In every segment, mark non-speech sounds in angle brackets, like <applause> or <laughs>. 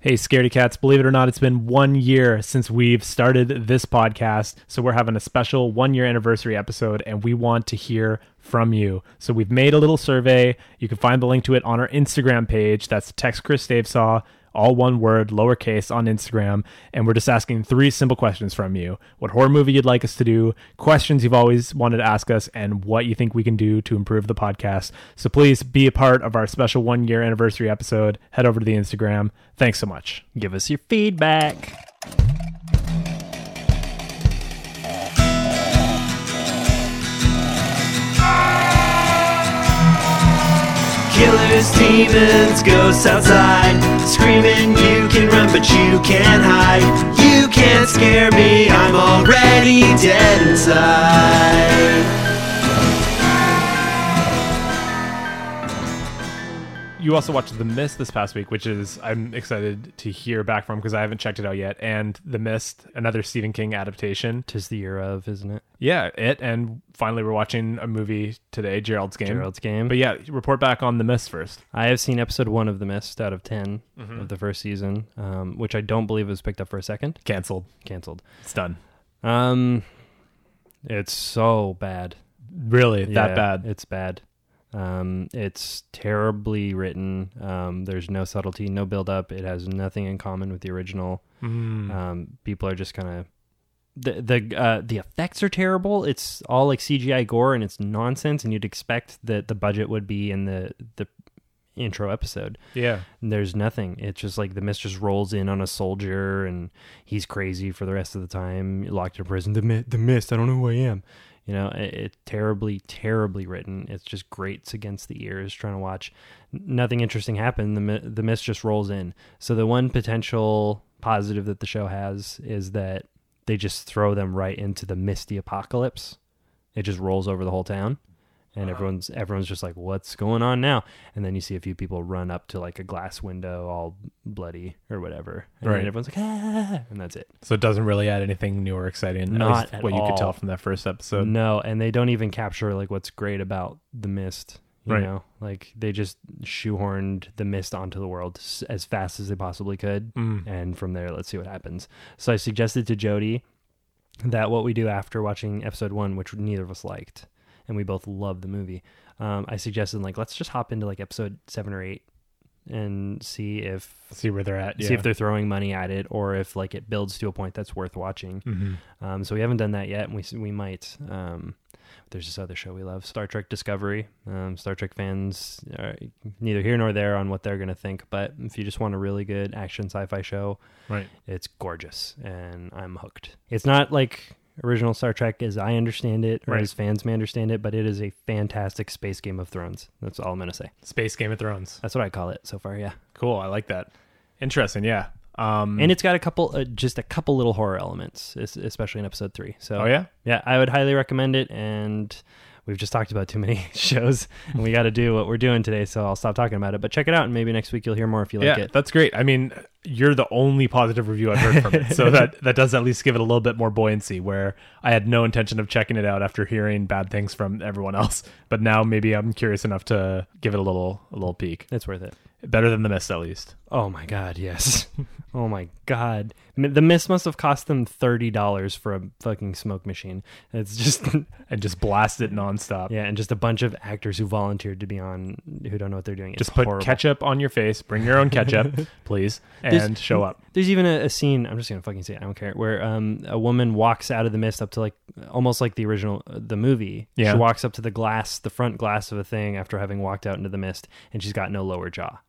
Hey, Scaredy Cats, believe it or not, it's been one year since we've started this podcast. So we're having a special one year anniversary episode, and we want to hear from you. So we've made a little survey. You can find the link to it on our Instagram page. That's text Chris Davesaw, all one word, lowercase on Instagram. And we're just asking three simple questions from you what horror movie you'd like us to do, questions you've always wanted to ask us, and what you think we can do to improve the podcast. So please be a part of our special one year anniversary episode. Head over to the Instagram. Thanks so much. Give us your feedback. Killers, demons, ghosts outside. Screaming, you can run, but you can't hide. You can't scare me, I'm already dead inside. You also watched The Mist this past week, which is I'm excited to hear back from because I haven't checked it out yet. And The Mist, another Stephen King adaptation. Tis the year of, isn't it? Yeah, it. And finally, we're watching a movie today, Gerald's Game. Gerald's Game. But yeah, report back on The Mist first. I have seen episode one of The Mist out of 10 Mm-hmm. of the first season, um, which I don't believe was picked up for a second. Cancelled. Canceled. It's done. Um, it's so bad. Really, Yeah, that bad. It's bad. Um, it's terribly written. Um, there's no subtlety, no build up. It has nothing in common with the original. Mm. Um, people are just kind of the the uh, the effects are terrible. It's all like CGI gore and it's nonsense. And you'd expect that the budget would be in the the intro episode. yeah. And there's nothing. It's just like the mistress rolls in on a soldier and he's crazy for the rest of the time, locked in prison. The, mi- the mist, I don't know who I am. You know, it, it terribly, terribly written. It's just grates against the ears trying to watch. N- Nothing interesting happened. The, mi- the mist just rolls in. So the one potential positive that the show has is that they just throw them right into the misty apocalypse. It just rolls over the whole town and everyone's everyone's just like what's going on now and then you see a few people run up to like a glass window all bloody or whatever and Right. then everyone's like ah, and that's it So it doesn't really add anything new or exciting. Not at least at what you could all. tell from that first episode. no and they don't even capture like what's great about the mist you Right. know like they just shoehorned the mist onto the world s- as fast as they possibly could Mm. Mm-hmm. and from there let's see what happens so i suggested to jody that what we do after watching episode one, which neither of us liked, and we both loved the movie, um, I suggested like let's just hop into like episode seven or eight and see if See where they're at. Yeah. see if they're throwing money at it or if like it builds to a point that's worth watching. Mm-hmm. Um, so we haven't done that yet, and we s- we might. Um, there's this other show we love, Star Trek Discovery. Um, Star Trek fans are neither here nor there on what they're gonna think, but if you just want a really good action sci-fi show, right. it's gorgeous and I'm hooked. It's not like original Star Trek as I understand it or Right. as fans may understand it, but it is a fantastic space Game of Thrones. That's all I'm going to say. Space Game of Thrones. That's what I call it so far, yeah. Cool. I like that. Interesting. Yeah. Um, And it's got a couple uh, just a couple little horror elements, es- especially in episode 3. So Oh, yeah? Yeah, I would highly recommend it and we've just talked about too many <laughs> shows and we got to do what we're doing today, so I'll stop talking about it. But check it out and maybe next week you'll hear more if you like yeah, it. that's great. I mean, you're the only positive review I've heard from <laughs> it, so that that does at least give it a little bit more buoyancy. Where I had no intention of checking it out after hearing bad things from everyone else, but now maybe I'm curious enough to give it a little a little peek. It's worth it. Better than the mist, at least. Oh my god, yes. <laughs> oh my god. M- The mist must have cost them $30 for a fucking smoke machine. It's just <laughs> And just blast it nonstop. yeah, and just a bunch of actors who volunteered to be on who don't know what they're doing. It's Just put horrible. ketchup on your face. Bring your own ketchup, <laughs> please, and There's- show up. There's even a, a scene, I'm just going to fucking say it, I don't care, where um a woman walks out of the mist up to like almost like the original uh, the movie. Yeah. She walks up to the glass, the front glass of a thing after having walked out into the mist and she's got no lower jaw.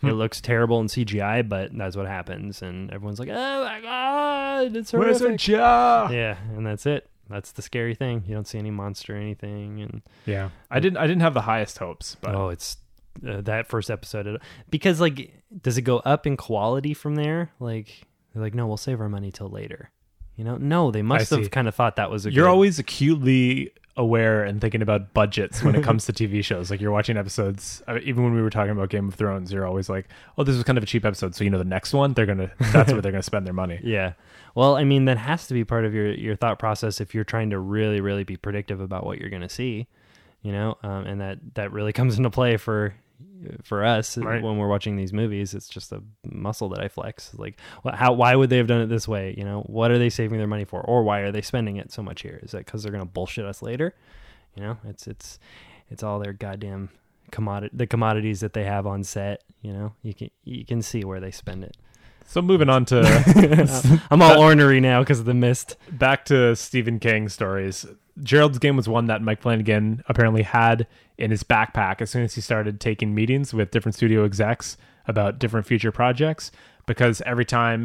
Hmm. It looks terrible in CGI, but that's what happens and everyone's like, "Oh my god, it's horrific." jaw? yeah and that's it that's the scary thing you don't see any monster or anything and Yeah, I didn't. I didn't have the highest hopes, but oh it's uh, that first episode it- because like does it go up in quality from there like they're like no we'll save our money till later you know no they must see. have kind of thought that was a You're good- always acutely aware and thinking about budgets when it comes to TV shows. Like you're watching episodes, uh, even when we were talking about Game of Thrones, you're always like, "Oh, this was kind of a cheap episode." So you know, the next one, they're gonna that's where they're gonna spend their <laughs> money. yeah well i mean that has to be part of your your thought process if you're trying to really really be predictive about what you're going to see you know um, and that that really <laughs> comes into play for for us Right. when we're watching these movies it's just a muscle that i flex like wh- how why would they have done it this way you know what are they saving their money for or why are they spending it so much here is that because they're gonna bullshit us later you know it's it's it's all their goddamn commodity the commodities that they have on set you know you can you can see where they spend it So moving on to i'm all ornery now because of the mist back to Stephen King stories. Gerald's game was one that Mike Flanagan apparently had in his backpack as soon as he started taking meetings with different studio execs about different future projects because every time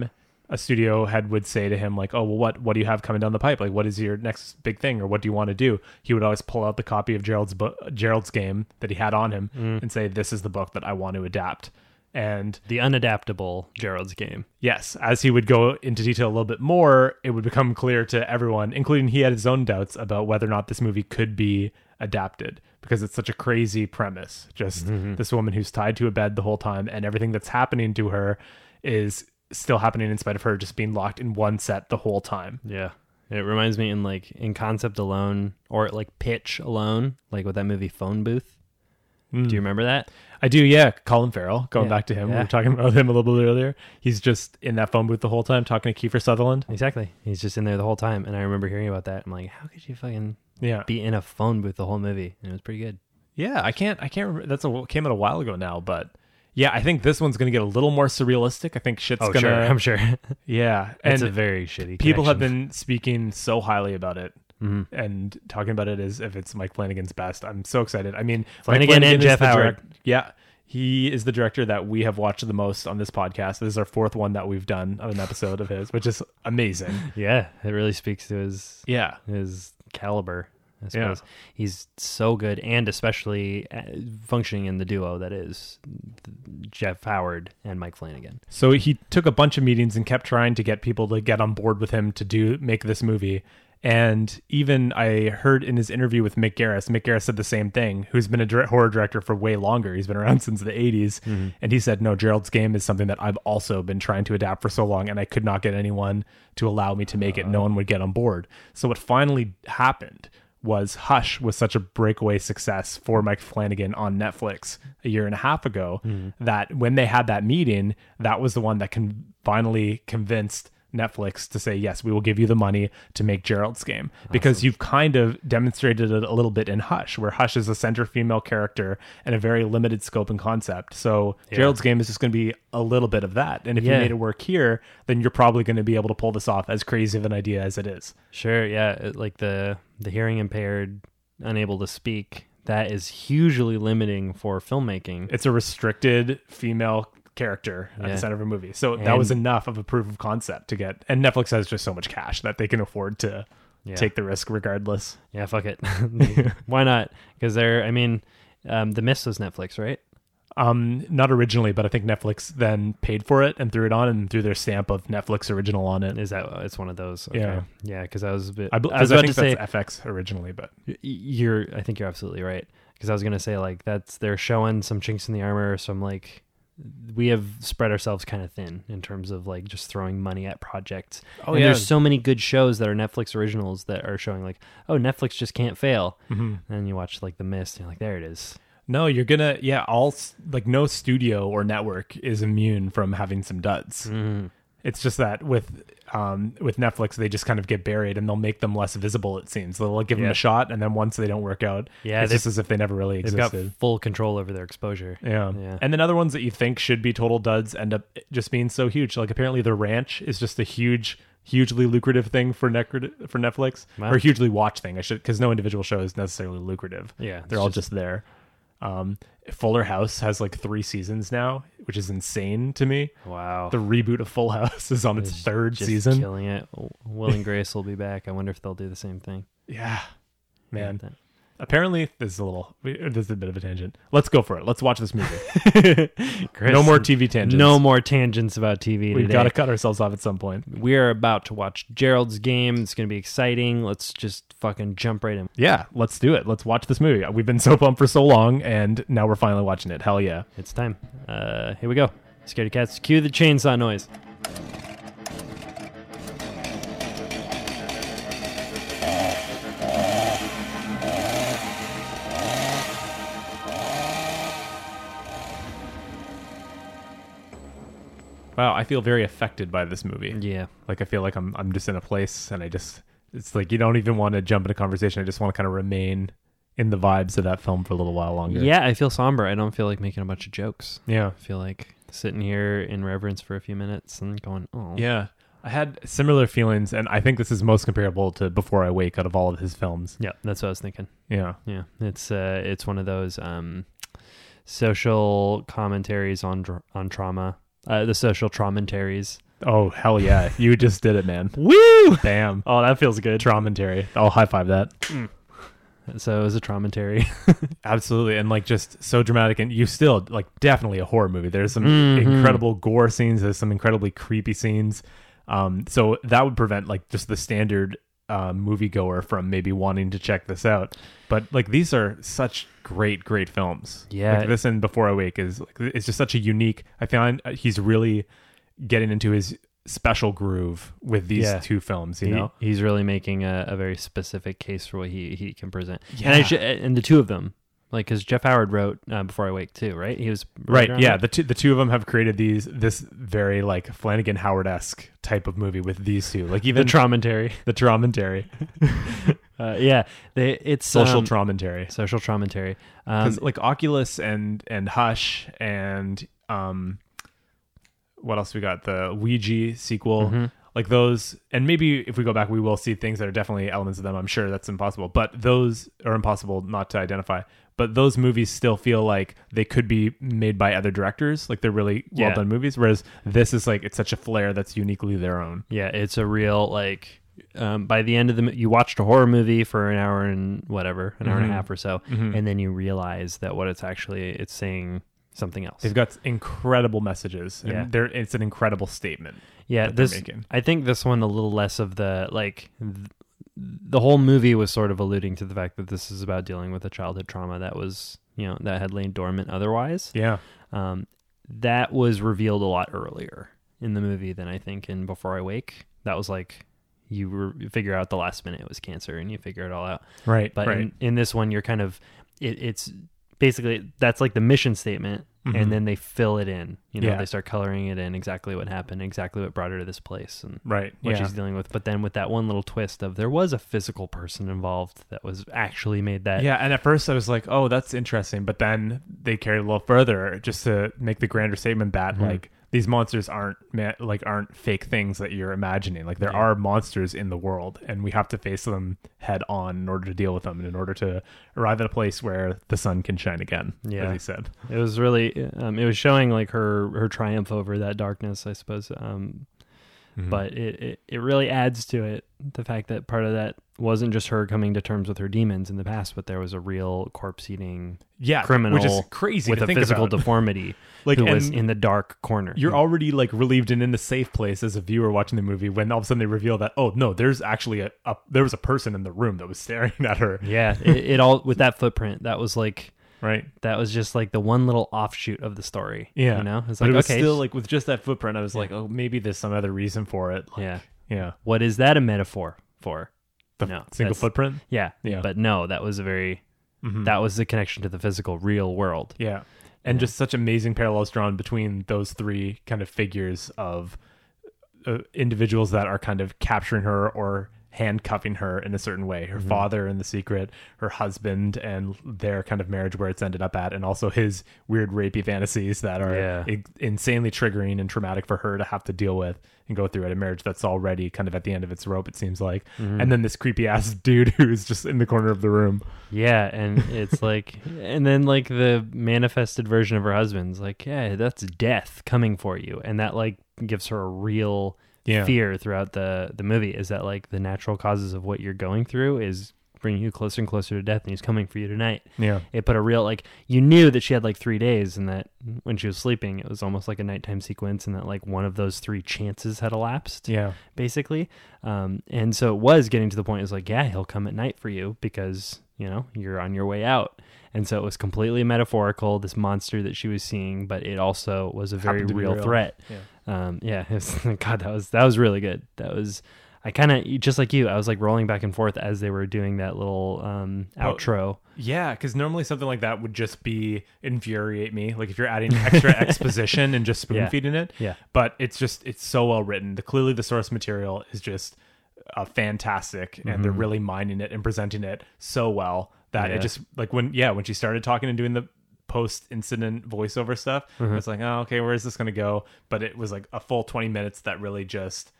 a studio head would say to him like, "Oh, well what what do you have coming down the pipe? Like what is your next big thing or what do you want to do?" He would always pull out the copy of Gerald's book Gerald's game that he had on him and say, "This is the book that I want to adapt." And the unadaptable gerald's game Yes, as he would go into detail a little bit more, it would become clear to everyone, including he had his own doubts about whether or not this movie could be adapted because it's such a crazy premise. Just Mm-hmm. this woman who's tied to a bed the whole time and everything that's happening to her is still happening in spite of her just being locked in one set the whole time. Yeah. It reminds me in like in concept alone or like pitch alone, like with that movie Phone Booth. Do you remember that? I do, yeah. Colin Farrell, going Yeah, back to him. We yeah. were talking about him a little bit earlier. He's just in that phone booth the whole time talking to Kiefer Sutherland. Exactly. He's just in there the whole time and I remember hearing about that. I'm like, how could you fucking Yeah. be in a phone booth the whole movie? And it was pretty good. Yeah, I can't. I can't remember. That's a came out a while ago now, but yeah, I think this one's gonna get a little more surrealistic. I think shit's gonna. Oh, sure. <laughs> I'm sure. <laughs> Yeah, it's and a very shitty people have connection. been speaking so highly about it Mm-hmm. and talking about it as if it's Mike Flanagan's best. I'm so excited. I mean, Mike Flanagan and is Jeff the Howard. yeah, he is the director that we have watched the most on this podcast. This is our fourth one that we've done on an episode of his, which is <laughs> amazing. Yeah. It really speaks to his Yeah, his caliber. I Yeah. suppose he's so good, and especially uh, functioning in the duo that is Jeff Howard and Mike Flanagan. So he took a bunch of meetings and kept trying to get people to get on board with him to do make this movie. And even I heard in his interview with Mick Garris, Mick Garris said the same thing, who's been a dir- horror director for way longer. He's been around <laughs> since the 80s. And he said, No, Gerald's Game is something that I've also been trying to adapt for so long, and I could not get anyone to allow me to make it. No one would get on board. So what finally happened was Hush was such a breakaway success for Mike Flanagan on Netflix a year and a half ago that when they had that meeting, that was the one that can finally convinced Netflix to say, yes, we will give you the money to make Gerald's game. Because you've kind of demonstrated it a little bit in Hush, where Hush is a center female character and a very limited scope and concept. So Gerald's game is just going to be a little bit of that. And if you Yeah. made it work here, then you're probably going to be able to pull this off as crazy of an idea as it is. Sure, yeah, it- like the the hearing impaired, unable to speak, that is hugely limiting for filmmaking. it's a restricted female character at Yeah. the center of a movie. So that was enough of a proof of concept to get. And Netflix has just so much cash that they can afford to Yeah. take the risk regardless. Yeah, fuck <laughs> it. Why not? Because they're, I mean, um, The Mist was Netflix, right? Um, not originally, but I think Netflix then paid for it and threw it on and threw their stamp of Netflix original on it. Is that it's one of those? Yeah. yeah. Because I was a bit, I, I, bel- was 'cause I about to think say, that's FX originally, but y- you're. I think you're absolutely right. Because I was gonna say like that's they're showing some chinks in the armor, some like we have spread ourselves kind of thin in terms of like just throwing money at projects. Oh, and yeah. there's so many good shows that are Netflix originals that are showing like, oh, Netflix just can't fail. Mm-hmm. And you watch like The Mist, and you're like, there it is. no, you're gonna yeah. All s- like no studio or network is immune from having some duds. Mm-hmm. It's just that with um, with Netflix, they just kind of get buried and they'll make them less visible. It seems they'll like, give them Yeah. a shot, and then once they don't work out, Yeah, it's they've- just as if they never really They've existed. got full control over their exposure. yeah. Yeah. and then other ones that you think should be total duds end up just being so huge. Like apparently, the ranch is just a huge, hugely lucrative thing for Necr for Netflix, Wow. or hugely watch thing. I should because no individual show is necessarily lucrative. Yeah, it's they're all just- just there. Um, Fuller House has like three seasons now, which is insane to me. Wow. The reboot of Full House <laughs> is on its, third just season. Killing it. Will and Grace will be back. I wonder if they'll do the same thing. Yeah, man. That- Apparently, this is a little. we- This is a bit of a tangent. Let's go for it. Let's watch this movie. Chris, no more TV tangents. No more tangents about TV. We've today. got to cut ourselves off at some point. We are about to watch Gerald's game. It's going to be exciting. Let's just fucking jump right in. Yeah, let's do it. Let's watch this movie. We've been so pumped for so long, and now we're finally watching it. Hell yeah! It's time. Uh, here we go. Scaredy cats, cue the chainsaw noise. somehow I feel very affected by this movie. Yeah. Like I feel like I'm I'm just in a place and I just it's like you don't even want to jump into conversation. I just want to kind of remain in the vibes of that film for a little while longer. Yeah, I feel somber. I don't feel like making a bunch of jokes. Yeah. I feel like sitting here in reverence for a few minutes and going, oh. Yeah. I had similar feelings and I think this is most comparable to Before I Wake out of all of his films. Yeah, that's what I was thinking. Yeah. Yeah, it's uh, it's one of those um, social commentaries on dr- on trauma. Uh, the social traumentaries. Oh hell yeah. You just did it, man. Woo! Bam. Oh, that feels good. Traumentary. I'll high five that. So it was a traumentary. Absolutely. And like just so dramatic and you still like definitely a horror movie. There's some Mm-hmm. incredible gore scenes, there's some incredibly creepy scenes. Um so that would prevent like just the standard uh, moviegoer from maybe wanting to check this out. But like these are such great, great films. Yeah. Like, this and Before I Wake is like it's just such a unique I find uh, he's really getting into his special groove with these Yeah. two films, you He- know? he's really making a, a very specific case for what he, he can present. And I should, and the two of them, like, because Jeff Howard wrote uh, Before I Wake too, right? He was Right. around Yeah. that? The two the two of them have created these this very like Flanagan Howard esque type of movie with these two. Like the even traumentary. <laughs> the <laughs> traumentary, Uh, yeah, they, it's social um, traumentary. social traumentary. 'Cause, Um, like Oculus and and Hush and um, what else we got? The Ouija sequel. Mm-hmm. Like those, and maybe if we go back, we will see things that are definitely elements of them. I'm sure that's impossible, but those are impossible not to identify. But those movies still feel like they could be made by other directors. Like they're really well Yeah. done movies. Whereas this is like it's such a flair that's uniquely their own. Yeah, it's a real like. Um, by the end of the, mo- you watched a horror movie for an hour and whatever, an hour Mm-hmm. and a half or so, and then you realize that what it's actually it's saying something else. They've got incredible messages, and Yeah. they're, it's an incredible statement. yeah, that they're this making. I think this one a little less of the like. Th- the whole movie was sort of alluding to the fact that this is about dealing with a childhood trauma that was you know that had lain dormant otherwise. Yeah, Um, that was revealed a lot earlier in the movie than I think in Before I Wake. That was like you re- figure out the last minute it was cancer and you figure it all out. right, But right. in, in this one, you're kind of it, it's basically that's like the mission statement, and then they fill it in. You know, Mm-hmm. Yeah. they start coloring it in exactly what happened, exactly what brought her to this place, and Right. what yeah. she's dealing with. But then with that one little twist of there was a physical person involved that was actually made that. yeah. And at first I was like, oh, that's interesting. But then they carried a little further just to make the grander statement that like these monsters aren't ma- like aren't fake things that you're imagining. Like there are monsters in the world, and we have to face them head on in order to deal with them, and in order to arrive at a place where the sun can shine again. Yeah. as he said. It was really um, it was showing like her her triumph over that darkness, I suppose. Um, Mm-hmm. But it, it it really adds to it the fact that part of that wasn't just her coming to terms with her demons in the past, but there was a real corpse eating Yeah, criminal which is crazy with to a think physical about. <laughs> deformity Like, who was and in the dark corner. You're already like relieved and in a safe place as a viewer watching the movie when all of a sudden they reveal that oh no, there's actually a, a there was a person in the room that was staring <laughs> at her. yeah, it, it all with that footprint that was like Right. that was just like the one little offshoot of the story. Yeah, you know, it's But like it was okay, still like with just that footprint, I was like, oh, maybe there's some other reason for it. Like, yeah, yeah, what is that a metaphor for? the No, single that's- footprint. Yeah. Yeah. Mm-hmm. But no, that was a very that was the connection to the physical real world. Yeah, and just such amazing parallels drawn between those three kind of figures of uh, individuals that are kind of capturing her or handcuffing her in a certain way. Her father in the secret, her husband, and their kind of marriage where it's ended up at, and also his weird rapey fantasies that are Yeah. i- insanely triggering and traumatic for her to have to deal with and go through at a marriage that's already kind of at the end of its rope. It seems like, and then this creepy ass <laughs> dude who's just in the corner of the room. Yeah, and <laughs> it's like and then like the manifested version of her husband's like, "Yeah, that's death coming for you." And that like gives her a real Yeah. fear throughout the the movie is that like the natural causes of what you're going through is bringing you closer and closer to death and he's coming for you tonight. Yeah. It put a real like you knew that she had like 3 days and that when she was sleeping it was almost like a nighttime sequence and that like one of those 3 chances had elapsed. Yeah. basically. Um, and so it was getting to the point. It was like, yeah, he'll come at night for you because you know you're on your way out. And so it was completely metaphorical. This monster that she was seeing, but it also was a very Happened to be real, real. <laughs> threat. Um, yeah, it was- God, that was that was really good. That was. I kind of just like you. I was like rolling back and forth as they were doing that little um, Oh. outro. Yeah, because normally something like that would just be infuriate me. Like if you're adding <laughs> extra exposition and just spoon Yeah. feeding it. Yeah. But it's just it's so well written. The, clearly the source material is just uh, fantastic, and they're really mining it and presenting it so well that Yeah. it just like when yeah when she started talking and doing the post incident voiceover stuff, it's like oh okay where is this gonna go? But it was like a full twenty minutes that really just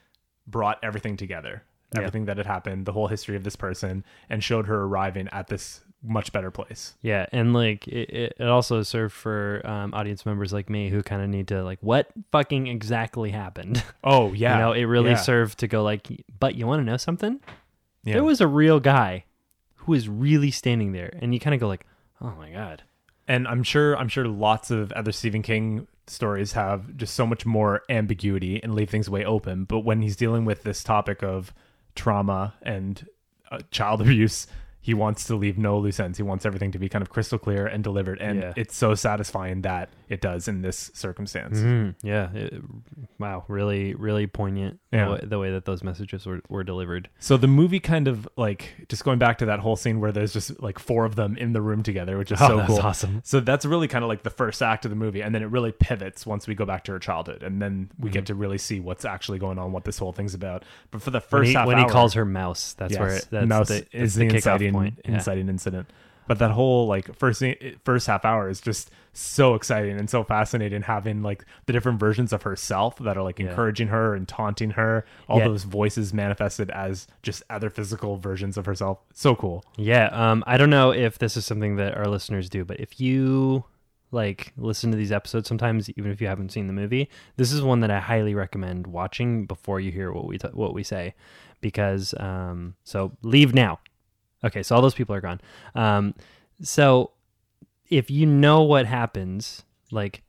brought everything together everything that had happened the whole history of this person and showed her arriving at this much better place Yeah, and like it, it it also served for um, audience members like me who kind of need to like what fucking exactly happened. <laughs> oh yeah you know, it really yeah. served to go like, but you want to know something? yeah. There was a real guy who was really standing there, and you kind of go like, oh my god. and i'm sure i'm sure lots of other stephen king stories have just so much more ambiguity and leave things way open but when he's dealing with this topic of trauma and uh, child <laughs> abuse he wants to leave no loose ends he wants everything to be kind of crystal clear and delivered and Yeah. it's so satisfying that it does in this circumstance Mm, yeah. it- wow. Really, really poignant Yeah. the, way, the way that those messages were, were delivered. So the movie kind of like just going back to that whole scene where there's just like four of them in the room together, which is <laughs> Oh, so that's cool. awesome. So that's really kind of like the first act of the movie, and then it really pivots once we go back to her childhood, and then we Mm-hmm. get to really see what's actually going on, what this whole thing's about. But for the first When he, half, when he hour- calls her mouse, that's yes, where it, that's Mouse the, that's is the, the, kickoff inciting, point. Yeah. inciting incident. But that whole like first thing- first half hour is just so exciting and so fascinating. Having like the different versions of herself that are like encouraging her and taunting her, all Yeah. those voices manifested as just other physical versions of herself. So cool. Yeah, um, I don't know if this is something that our listeners do, but if you like listen to these episodes sometimes, even if you haven't seen the movie, this is one that I highly recommend watching before you hear what we t- what we say, because um, so leave now. Okay, so all those people are gone. Um, so if you know what happens, like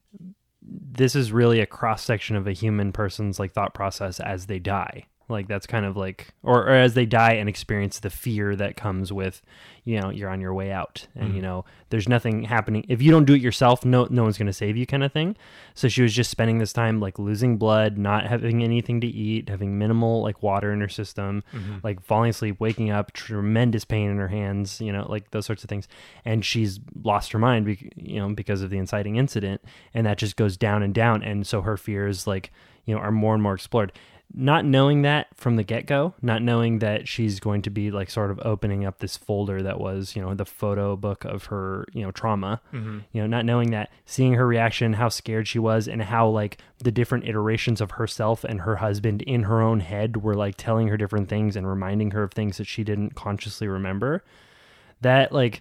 this is really a cross section of a human person's like thought process as they die like that's kind of like or, or as they die and experience the fear that comes with you know you're on your way out and you know there's nothing happening if you don't do it yourself no no one's going to save you kind of thing so she was just spending this time like losing blood not having anything to eat having minimal like water in her system like falling asleep waking up tremendous pain in her hands you know like those sorts of things and she's lost her mind bec- you know because of the inciting incident and that just goes down and down and so her fears like you know are more and more explored not knowing that from the get-go not knowing that she's going to be like sort of opening up this folder that was you know the photo book of her you know trauma you know not knowing that seeing her reaction how scared she was and how like the different iterations of herself and her husband in her own head were like telling her different things and reminding her of things that she didn't consciously remember that like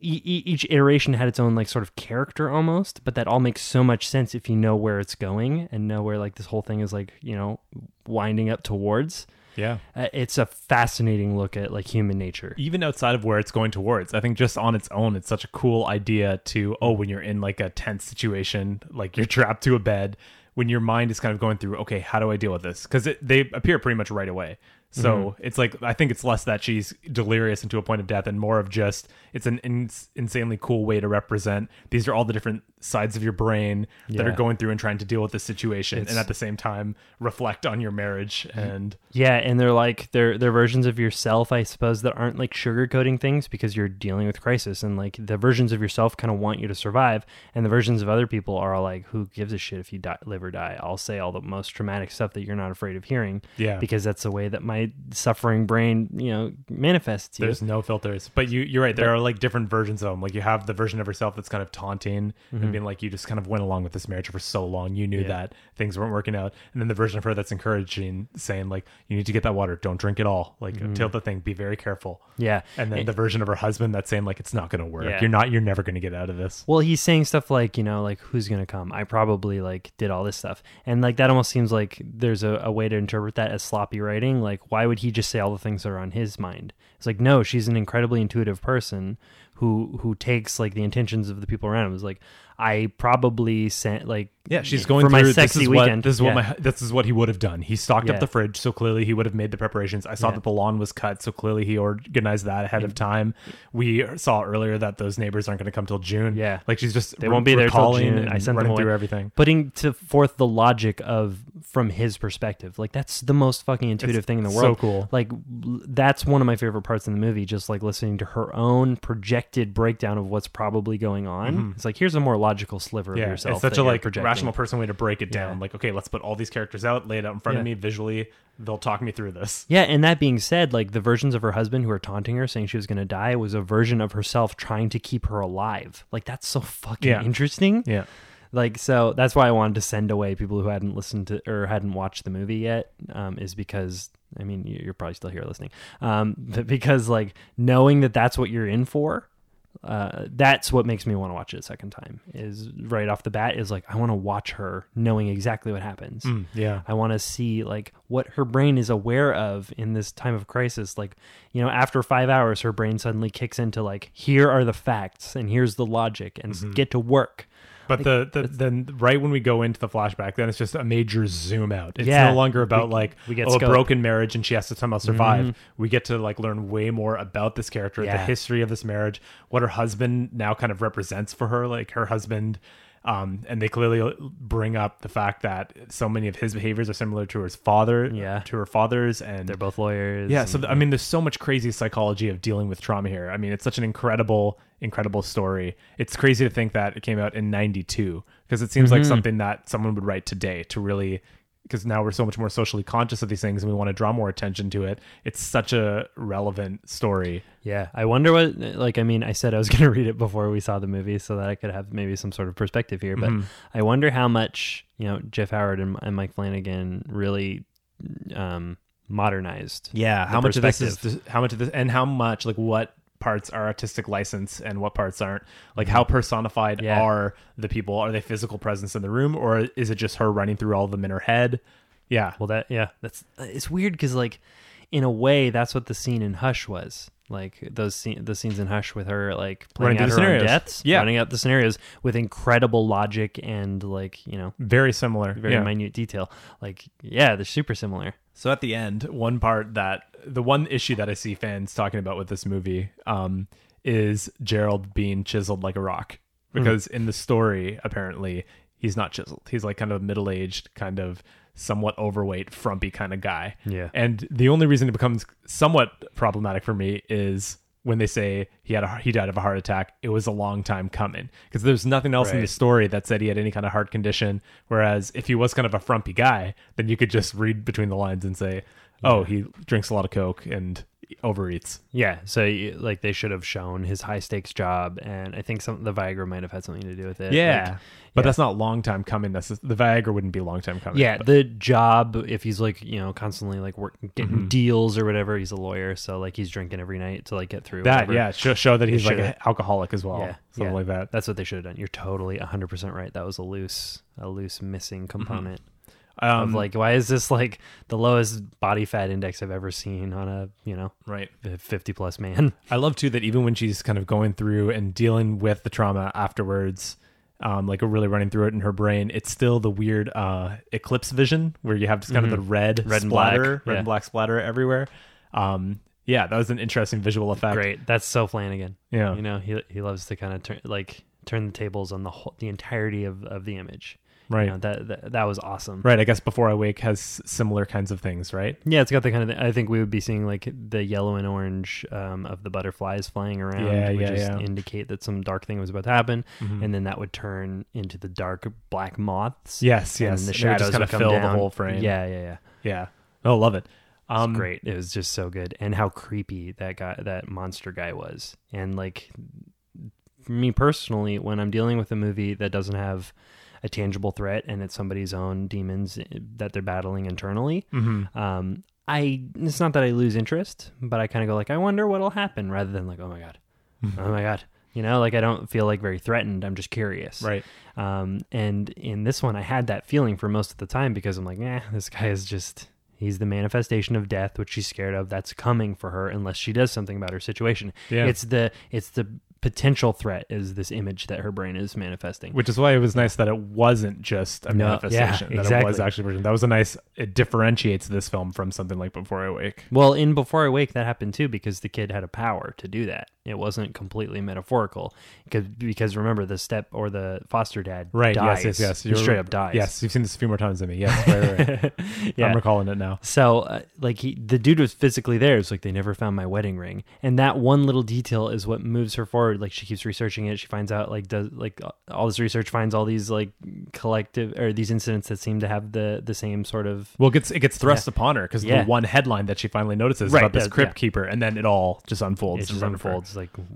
e- e- each iteration had its own like sort of character almost but that all makes so much sense if you know where it's going and know where like this whole thing is like you know winding up towards Yeah. uh, it's a fascinating look at like human nature even outside of where it's going towards i think just on its own it's such a cool idea to oh when you're in like a tense situation like you're trapped to a bed when your mind is kind of going through okay how do i deal with this because they appear pretty much right away so Mm-hmm. it's like i think it's less that she's delirious and to a point of death and more of just it's an ins insanely cool way to represent these are all the different sides of your brain that are Yeah. going through and trying to deal with the situation It's- and at the same time reflect on your marriage and yeah and they're like they're they're versions of yourself i suppose that aren't like sugarcoating things because you're dealing with crisis and like the versions of yourself kind of want you to survive and the versions of other people are all like who gives a shit if you die, live or die i'll say all the most traumatic stuff that you're not afraid of hearing Yeah. because that's the way that my suffering brain you know manifests you. There's no filters, but you you're right. There are like different versions of them. Like you have the version of herself that's kind of taunting and Mm-hmm. being like, you just kind of went along with this marriage for so long. You knew that things weren't working out, and then the version of her that's encouraging, saying like, you need to get that water. Don't drink it all. Like till the thing. Be very careful. Mm-hmm. yeah And then the version of her husband that's saying like, it's not going to work. Yeah. You're not. You're never going to get out of this. Well, he's saying stuff like, you know, like who's gonna come? I probably like did all this stuff, and like that almost seems like there's a, a way to interpret that as sloppy writing. Like, why would he just say all the things that are on his mind? It's like, no, she's an incredibly intuitive person who who takes like the intentions of the people around him. It's like I probably sent like Yeah, she's going for through. my sexy this is weekend. What, this is Yeah. what my. This is what he would have done. He stocked Yeah. up the fridge, so clearly he would have made the preparations. I saw Yeah. that the lawn was cut, so clearly he organized that ahead of time. We saw earlier that those neighbors aren't going to come till June. Yeah. like she's just They won't be there till recalling June. and I sent them running away. through everything. putting to forth the logic of from his perspective. Like that's the most fucking intuitive It's thing in the so world. cool. Like l- that's one of my favorite parts in the movie. Just like listening to her own projected breakdown of what's probably going on. It's like here's a more logical sliver of Mm-hmm. Yeah, yourself. it's such that a you're like projecting. rational person way to break it down. Yeah. Like, okay, let's put all these characters out, lay it out in front of Yeah. me visually. They'll talk me through this. Yeah, and that being said, like the versions of her husband who are taunting her, saying she was going to die, was a version of herself trying to keep her alive. Like that's so fucking Yeah. interesting. Yeah, Like so, that's why I wanted to send away people who hadn't listened to or hadn't watched the movie yet, um, is because I mean you- you're probably still here listening, um, but because like knowing that that's what you're in for, uh, that's what makes me want to watch it a second time. Is right off the bat is like I want to watch her knowing exactly what happens. Mm, yeah. I want to see like what her brain is aware of in this time of crisis. Like, you know, after five hours, her brain suddenly kicks into like, here are the facts and here's the logic and s- get to work. But the, the then right when we go into the flashback, then it's just a major zoom out. It's Yeah. no longer about We- like we get Mm-hmm. oh, a scope. broken marriage and she has to somehow survive. We get to like learn way more about this character, the Yeah. history of this marriage, what her husband now kind of represents for her, like her husband. Um, and they clearly bring up the fact that so many of his behaviors are similar to his father, Yeah. to her father's, and They're both lawyers. yeah, so th- I mean, there's so much crazy psychology of dealing with trauma here. I mean, it's such an incredible, incredible story. It's crazy to think that it came out in '92 because it seems like something that someone would write today to really, because now we're so much more socially conscious of these things and we want to draw more attention to it. It's such a relevant story. yeah. I wonder what, like, I mean, I said I was <laughs> going to read it before we saw the movie so that I could have maybe some sort of perspective here, but Mm-hmm. I wonder how much, you know, Jeff Howard and, and Mike Flanagan really, um, modernized. Yeah, the how much of this is perspective. this, how much of this, and how much like what parts are artistic license and what parts aren't? Like, how personified Yeah. are the people? Are they physical presence in the room, or is it just her running through all of them in her head? Yeah, Well, that yeah, that's it's weird because like in a way that's what the scene in Hush was. Like those scene, the scenes in Hush with her like playing Running out through her the own scenarios. deaths, Yeah. running out the scenarios with incredible logic and like you know very similar very yeah. minute detail. Like yeah, they're super similar. so at the end one part that the one issue that i see fans talking about with this movie um, is gerald being chiseled like a rock because in the story apparently he's not chiseled he's like kind of a middle-aged kind of somewhat overweight frumpy kind of guy Yeah. and the only reason it becomes somewhat problematic for me is when they say he had a, he died of a heart attack, it was a long time coming because there's nothing else in the Right. story that said he had any kind of heart condition. Whereas if he was kind of a frumpy guy, then you could just read between the lines and say, "Oh, he drinks a lot of coke and overeats." Yeah, so you- like they should have shown his high stakes job, and I think some the Viagra might have had something to do with it. Like, but that's not long time coming. That's the Viagra wouldn't be long time coming. yeah, But- the job if he's like you know constantly like working getting Mm-hmm. deals or whatever, he's a lawyer, so like he's drinking every night to like get through that whatever. yeah, show, show that he's like an should've- alcoholic as well, Yeah, something yeah. like that. That's what they should have done. You're totally 100% right. That was a loose a loose missing component Mm-hmm. Um, of like why is this like the lowest body fat index I've ever seen on a, you know, right. a 50 plus man. I love too that even when she's kind of going through and dealing with the trauma afterwards, um, like really running through it in her brain, it's still the weird uh, eclipse vision where you have just kind of the red, Mm-hmm. Red and black, splatter, red yeah. and black splatter everywhere. Um, yeah, that was an interesting visual effect. Great. That's so Flanagan. Yeah. You know, he he loves to kind of turn like turn the tables on the whole, the entirety of, of the image. You Right. know, that, that that was awesome. Right. I guess Before I Wake has similar kinds of things, right? Yeah, it's got the kind of. I think we would be seeing like the yellow and orange um, of the butterflies flying around, Yeah, which yeah, is yeah. Mm-hmm. indicate that some dark thing was about to happen, and then that would turn into the dark black moths. Yes, and yes. They then the would shadows just would kinda come fill the down. whole frame. Yeah, yeah, yeah. Yeah. Oh, love it. Um, Great. It was just so good, and how creepy that guy, that monster guy, was. And like me personally, when I'm dealing with a movie that doesn't have a tangible threat and it's somebody's own demons eh, that they're battling internally, mhm. um i it's not that i lose interest but i kind of go like i wonder what'll happen rather than like oh my god oh my god you know like i don't feel like very threatened i'm just curious Right. um and in this one i had that feeling for most of the time because i'm like nah this guy is just he's the manifestation of death which she's scared of that's coming for her unless she does something about her situation Yeah. it's the it's the potential threat is this image that her brain is manifesting. Which is why it was nice that it wasn't just a No, manifestation. yeah, that it was exactly. actually written. That was a nice. It differentiates this film from something like Before I Wake. Well, in Before I Wake, that happened too because the kid had a power to do that. It wasn't completely metaphorical because, because remember the step or the foster dad Right. dies. Yes. Yes. Yes. He You're- straight up dies. Yes. You've seen this a few more times than me. Yes. Right. <laughs> right, right. yeah. I'm recalling it now. So, uh, like, he, the dude was physically there. It's like they never found my wedding ring, and that one little detail is what moves her forward. Like, she keeps researching it. She finds out, like, does like uh, all this research finds all these like collective or these incidents that seem to have the the same sort of Well, it gets it gets thrust upon her because Yeah. the one headline that she finally notices is Right, about this that- crypt yeah. keeper, and then it all just it unfolds. in just front of her. unfolds. Like, w-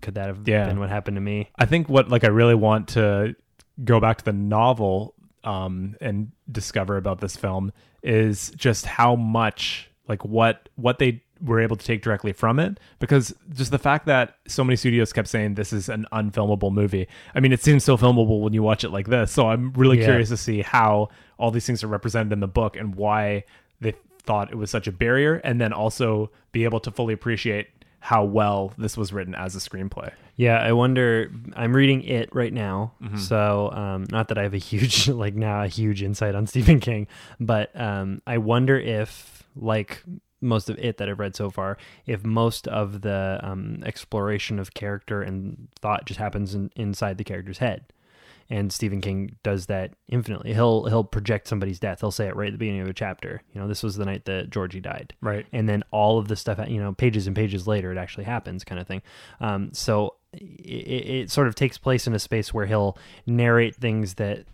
could that have Yeah. been what happened to me? I think what like I really want to go back to the novel um, and discover about this film is just how much like what what they were able to take directly from it because just the fact that so many studios kept saying this is an unfilmable movie. I mean, it seems so filmable when you watch it like this. So I'm really Yeah. curious to see how all these things are represented in the book and why they thought it was such a barrier and then also be able to fully appreciate how well this was written as a screenplay. Yeah, I wonder. I'm reading it right now, so um, not that I have a huge <laughs> like now a huge insight on Stephen King, but um, I wonder if like most of it that I've read so far, if most of the um, exploration of character and thought just happens in, inside the character's head. And Stephen King does that infinitely. He'll he'll project somebody's death. He'll say it right at the beginning of a chapter. You know, this was the night that Georgie died Right. and then all of the stuff you know pages and pages later it actually happens kind of thing um, so it, it sort of takes place in a space where he'll narrate things that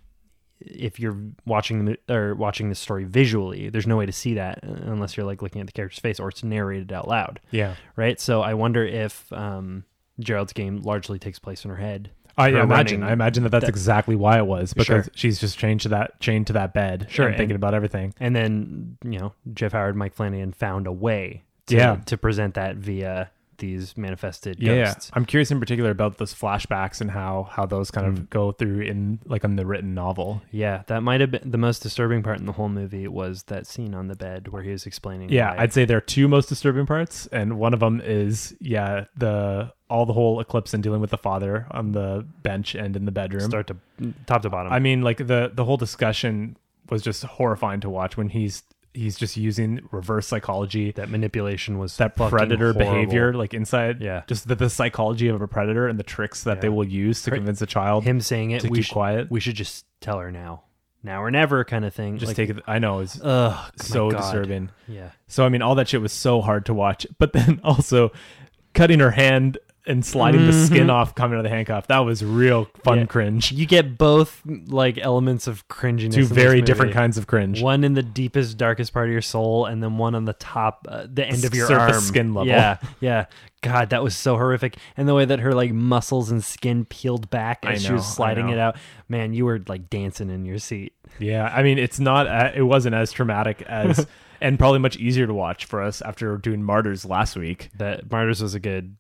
if you're watching the mo- or watching the story visually there's no way to see that unless you're like looking at the character's face or it's narrated out loud Yeah. right so i wonder if um, gerald's game largely takes place in her head I her imagine. running. I imagine that that's That- exactly why it was because Sure. she's just chained to that chained to that bed. Sure, and thinking and- about everything. and then you know jeff howard mike flanagan found a way to, Yeah. to present that via these manifested Yeah, yeah. ghosts I'm curious in particular about those flashbacks and how how those kind of go through in like on the written novel. Yeah, that might have been the most disturbing part in the whole movie was that scene on the bed where he was explaining. Yeah, why- I'd say there are two most disturbing parts, and one of them is yeah the all the whole eclipse and dealing with the father on the bench and in the bedroom. start to top to bottom. I mean, like the the whole discussion was just horrifying to watch when he's he's just using reverse psychology that manipulation was that fucking predator horrible. behavior, like inside, Yeah. just the, the psychology of a predator and the tricks that they Yeah. will use to convince a child Him saying it, to we keep sh- quiet. We should just tell her now, now or never, kind of thing. just like, take it. I know it's Ugh, my so God. disturbing. Yeah, So I mean, all that shit was so hard to watch. But then <laughs> also cutting her hand and sliding the skin off coming out of the handcuff. That was real fun Mm-hmm. Yeah. cringe. you get both like elements of cringiness. Two in this very movie. different kinds of cringe. One in the deepest, darkest part of your soul, and then one on the top, uh, the end of your Surface arm, skin level. Yeah, yeah. God, that was so horrific. And the way that her like muscles and skin peeled back I as she know, was I sliding know. it out. Man, you were like dancing in your seat. Yeah, I mean, it's not. Uh, it wasn't as traumatic <laughs> as, and probably much easier to watch for us after doing Martyrs last week. That Martyrs was a good,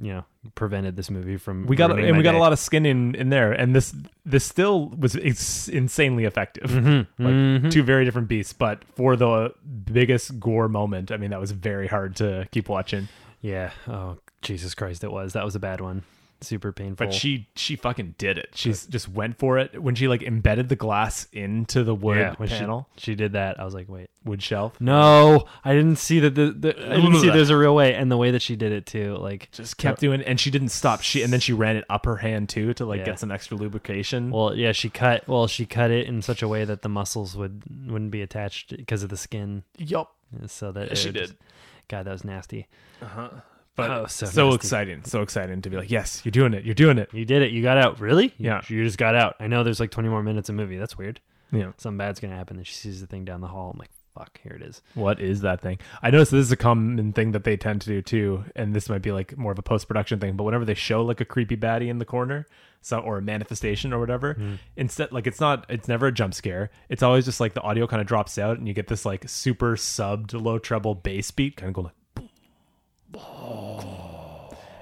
you know, prevented this movie from. we got ruining and my we got day. a lot of skin in in there and this this still was it's insanely effective like two very different beasts but for the biggest gore moment i mean that was very hard to keep watching Yeah. Oh Jesus Christ! It was that was a bad one. Super painful. but she she fucking did it she's just went for it when she like embedded the glass into the wood yeah, when she- panel she did that, I was like, wait. wood shelf No, I didn't see that. The, the, I didn't see there's a real way, and the way that she did it too, like just kept doing it and she didn't stop she and then she ran it up her hand too to like Yeah. get some extra lubrication Well, yeah, she cut. Well, she cut it in such a way that the muscles would wouldn't be attached because of the skin. yup So that she it would did. just- God, that was nasty. but Oh, so so, nasty. exciting so exciting to be like yes you're doing it you're doing it You did it. You got out. Really? You- Yeah. You, just got out. I know. There's like 20 more minutes of movie. That's weird. yeah Something bad's gonna happen. Then she sees the thing down the hall. I'm like, fuck. Here it is. What is that thing? I noticed this is a common thing that they tend to do too, and this might be like more of a post production thing, but whenever they show like a creepy baddie in the corner, so or a manifestation or whatever, instead like it's not it's never a jump scare. It's always just like the audio kind of drops out and you get this like super subbed low treble bass beat kind of going like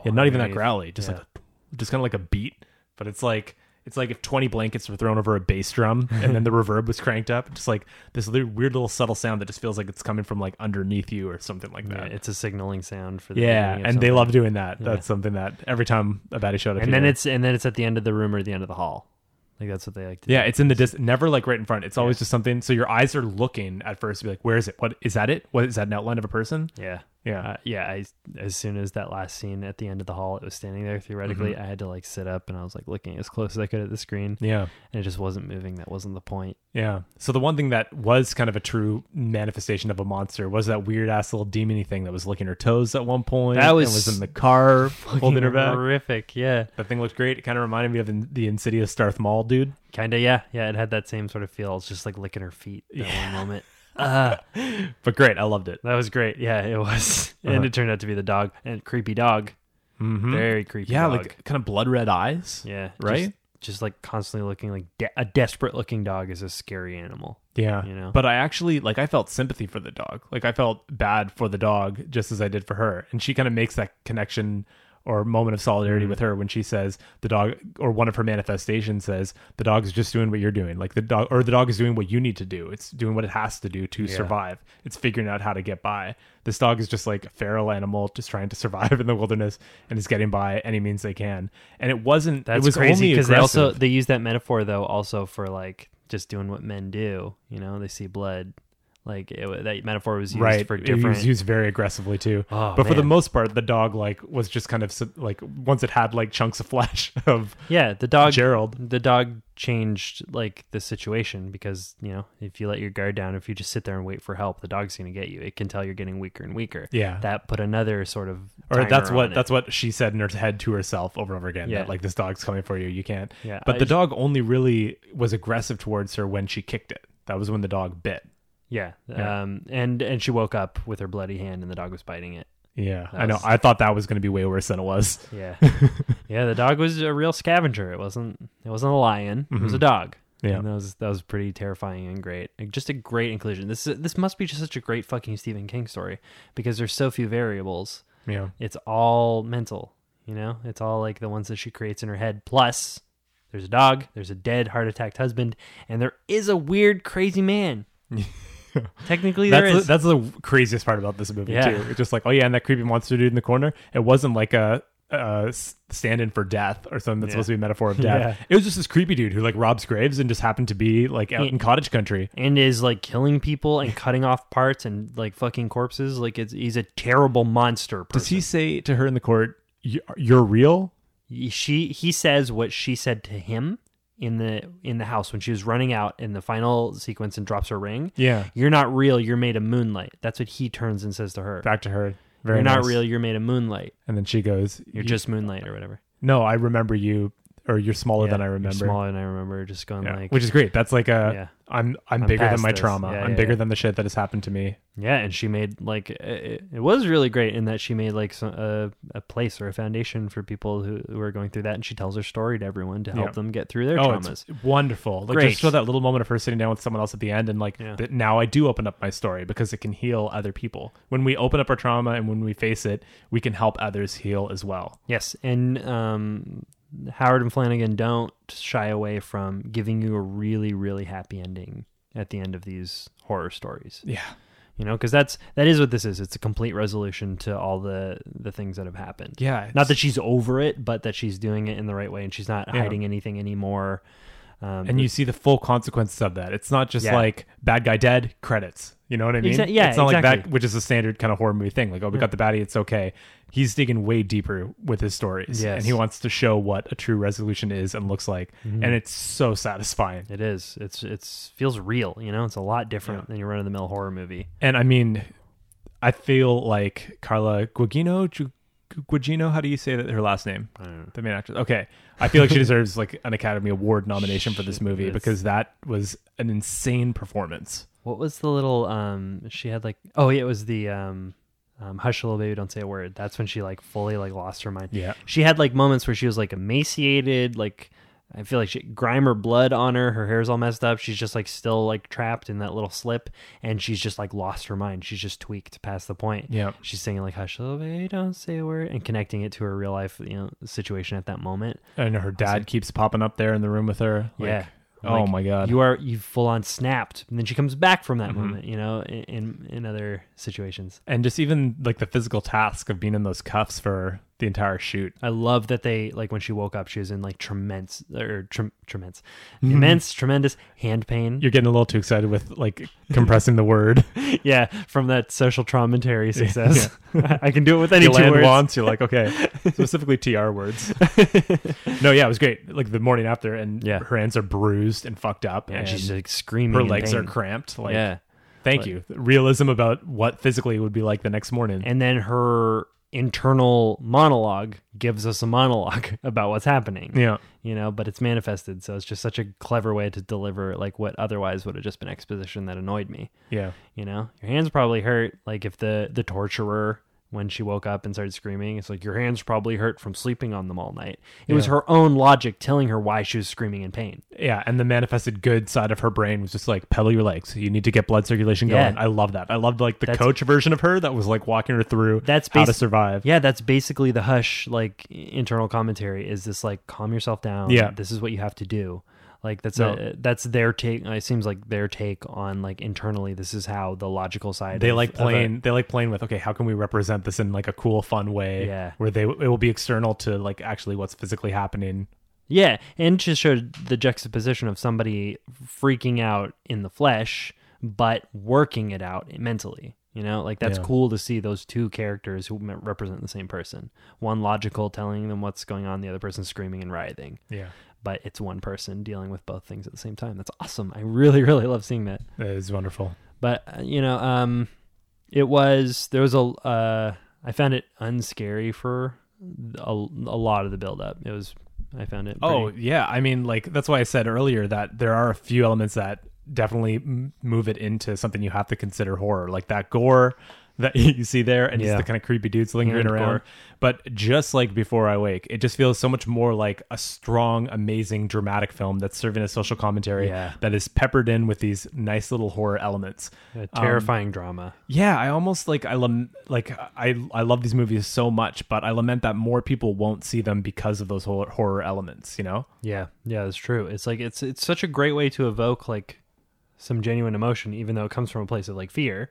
Yeah, not even that Underneath. growly, just like a, just kind of like a beat, but it's like It's like if 20 blankets were thrown over a bass drum and then the reverb was cranked up, just like this li- weird little subtle sound that just feels like it's coming from like underneath you or something like Yeah, that. Yeah, Uh, it's a signaling sound for the beginning and of they something. love doing that. Yeah. That's something that every time a baddie showed up, And then here- it's and then it's at the end of the room or the end of the hall. Like that's what they like to yeah, it's in the dis never like right in front. It's always just something. So your eyes are looking at first, be like, where is it? What is that? It? What is that? An outline of a person? do. Yeah. Yeah. Uh, yeah, I, as soon as that last scene at the end of the hall, it was standing there theoretically. I had to like sit up and I was like looking as close as I could at the screen Mm-hmm. yeah. and it just wasn't moving. That wasn't the point. Yeah. So the one thing that was kind of a true manifestation of a monster was that weird ass little demony thing that was licking her toes at one point. That and was was in the <laughs> car <laughs> holding her back. Horrific. Yeah. That thing looked great. It kind of reminded me of in, the insidious Darth Maul dude. Kind of. Yeah. Yeah. It had that same sort of feel. It's just like licking her feet that Yeah. one moment. Ah, But great, I loved it. that was great. Yeah, it <laughs> was. And Uh-huh. it turned out to be the dog and creepy dog. Mm-hmm. Very creepy. yeah, dog. like kind of blood red eyes. Yeah. Right? Just, just, like constantly looking like de- a desperate looking dog is a scary animal. Yeah. You know? But I actually like I felt sympathy for the dog. Like I felt bad for the dog just as I did for her. And she kind of makes that connection or moment of Mm. solidarity with her when she says the dog or one of her manifestations says the dog is just doing what you're doing. Like the dog or the dog is doing what you need to do. It's doing what it has to do to survive. It's figuring out how to get by. This dog is just like a feral animal just trying to <laughs> survive in the wilderness and is getting by any means they can. And it wasn't That's it was crazy only because they also aggressive. they use that metaphor though also for like just doing what men do. You know, they see blood. Like it, wa- that metaphor was used right for it different. was used very aggressively too Oh, but for the man. most part the dog like was just kind of s- like once it had like chunks of flesh <laughs> of yeah, the dog. gerald the dog changed like the situation because you know if you let your guard down, if you just sit there and wait for help, the dog's gonna get you. It can tell you're getting weaker and weaker. Yeah. that put another sort of or timer that's on what it. that's what she said in her head to herself over and over again Yeah. that like this dog's coming for you you can't Yeah, but I- the dog only really was aggressive towards her when she kicked it that was when the dog bit Yeah. Yeah. Um. And and she woke up with her bloody hand, and the dog was biting it. yeah That i know was- i thought that was going to be way worse than it was Yeah. yeah. The dog was a real scavenger. It wasn't. It wasn't a lion. It was a dog. Mm-hmm. Yeah. And that was that was pretty terrifying and great. Like, just a great inclusion. This is, this must be just such a great fucking Stephen King story because there's so few variables. yeah It's all mental. You know, it's all like the ones that she creates in her head. Plus, there's a dog. There's a dead heart attacked husband, and there is a weird crazy <laughs> man. Technically, there that's is. the, that's the craziest part about this movie Yeah. too. It's just like, oh yeah, and that creepy monster dude in the corner. It wasn't like a, a s- stand-in for death or something that's supposed to be a metaphor <laughs> of death. It was just this creepy dude who like robs graves and just happened to be like out Yeah. in cottage country. and is like killing people and cutting off parts and like fucking corpses. Like it's he's a terrible monster. Person. Does he say to her in the court, "You- "You're real"? he? She he says what she said to him in the in the house when she was running out in the final sequence and drops her ring. Yeah. you're not real. You're made of moonlight. That's what he turns and says to her. Back to her. Very You're not nice. real. You're made of moonlight. And then she goes, You're "You- just moonlight or whatever. no, I remember you, or you're smaller Yeah, than I you're remember." Smaller than I remember. Just going Yeah. like Which is uh, great. That's like a Yeah. I'm I'm, I'm bigger than past my this. trauma. Yeah, I'm yeah, bigger yeah. than the shit that has happened to me. Yeah, and she made like it, it was really great in that she made like some, a a place or a foundation for people who, who are going through that, and she tells her story to everyone to help Yeah. them get through their Oh, traumas. it's wonderful. Like Great. just for that little moment of her sitting down with someone else at the end and like Yeah. that now I do open up my story because it can heal other people. When we open up our trauma and when we face it, we can help others heal as well. Yes, and um, Howard and Flanagan don't shy away from giving you a really really happy ending at the end of these horror stories. Yeah. You know, because that's that is what this is. It's a complete resolution to all the the things that have happened. Yeah. not that she's over it, but that she's doing it in the right way, and she's not Yeah. hiding anything anymore. Um, and you see the full consequences of that. It's not just Yeah. like bad guy dead credits. You know what I mean? Exa- yeah, it's not like exactly. Mm. that, which is a standard kind of horror movie thing. Like, oh, we got the baddie, it's okay. He's digging way deeper with his stories, Yes. Mm-hmm. and he wants to show what a true resolution is and looks like, and it's so satisfying. It is. It's it's feels real. You know, it's a lot different Yeah. than your run of the mill horror movie. And I mean, I feel like Carla Guagino, Ju- Guagino, how do you say that her last name? The main actress. Okay. I feel like <laughs> she deserves like an Academy Award nomination for this Shit, movie that's- because that was an insane performance. What was the little? Um, she had like. Oh yeah, it was the um, um, hush little baby, don't say a word. That's when she like fully like lost her mind. Yeah. She had like moments where she was like emaciated, like I feel like she, Grimer blood on her. Her hair's all messed up. She's just like still like trapped in that little slip, and she's just like lost her mind. She's just tweaked past the point. Yeah. she's singing like "Hush, little baby, don't say a word," and connecting it to her real life, you know, situation at that moment. And her dad keeps popping up there in the room with her. Like, yeah. I'm Oh like, my god. Mm-hmm. You are you full on snapped, and then she comes back from that moment. You know, in, in in other situations. and just even like the physical task of being in those cuffs for the entire shoot. I love that they like when she woke up, she was in like tremendous or trem tremendous, Mm-hmm. immense, tremendous hand pain. You're getting a little too excited with like compressing the word. <laughs> yeah, from that social traumentary success. <laughs> I can do it with any you two land words. once, you're like, okay, specifically TR <laughs> words. no, yeah, it was great. Like the morning after, and Yeah. her hands are bruised and fucked up, And and she's like screaming. her in legs are pain. cramped. Like, yeah, thank Like- you. Realism about what physically would be like the next morning. and then her internal monologue gives us a monologue <laughs> about what's happening. yeah, you know, but it's manifested, so it's just such a clever way to deliver like what otherwise would have just been exposition that annoyed me. yeah, you know your hands probably hurt like if the the torturer when she woke up and started screaming it's like your hands probably hurt from sleeping on them all night it was Yeah. her own logic telling her why she was screaming in pain yeah. And the manifested good side of her brain was just like, pedal your legs. You need to get blood circulation Yeah. going. I love that. I loved like the That's- coach version of her that was like walking her through That's how to basi- survive. yeah that's basically the hush like internal commentary is this like calm yourself down Yeah. this is what you have to do like that's No. a, that's their take it seems like their take on like internally this is how the logical side they of- like of a- playing they like playing with okay how can we represent this in like a cool fun way Yeah. where they it will be external to like actually what's physically happening Yeah, and just showed the juxtaposition of somebody freaking out in the flesh, but working it out mentally. You know, like that's Yeah. cool to see those two characters who me- represent the same person. One logical, telling them what's going on, the other person screaming and writhing. yeah But it's one person dealing with both things at the same time. That's awesome. I really, <laughs> really love seeing that it is wonderful but uh, you know um it was there was a uh i found it unscary for a, a lot of the build up it was i found it oh pretty- yeah i mean like that's why i said earlier that there are a few elements that definitely m- move it into something you have to consider horror like that gore that <laughs> you see there and Yeah. just the kind of creepy dudes lingering Yeah, around gore. but just like before i wake it just feels so much more like a strong amazing dramatic film that's serving a social commentary Yeah. that is peppered in with these nice little horror elements a terrifying drama Yeah, I almost like I lament like I I love these movies so much, but I lament that more people won't see them because of those hor- horror elements. You know? yeah yeah that's true it's like it's it's such a great way to evoke like some genuine emotion even though it comes from a place of like fear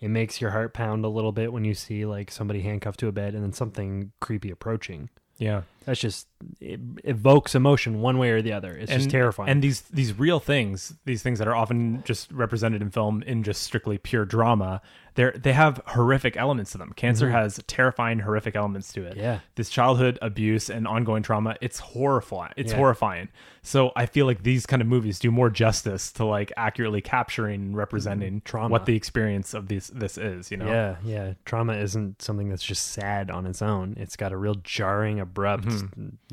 it makes your heart pound a little bit when you see like somebody handcuffed to a bed and then something creepy approaching Yeah, that's just it evokes emotion one way or the other it's and just terrifying And these these real things, these things that are often just represented in film in just strictly pure drama, they they have horrific elements to them. Cancer has terrifying, horrific elements to it. Mm-hmm. Yeah. this childhood abuse and ongoing trauma, it's horrifying. It's Yeah. horrifying. So I feel like these kind of movies do more justice to like accurately capturing and representing Mm-hmm. Trauma. what the experience of these this is. You know? Yeah, yeah. Trauma isn't something that's just sad on its own. It's got a real jarring, abrupt,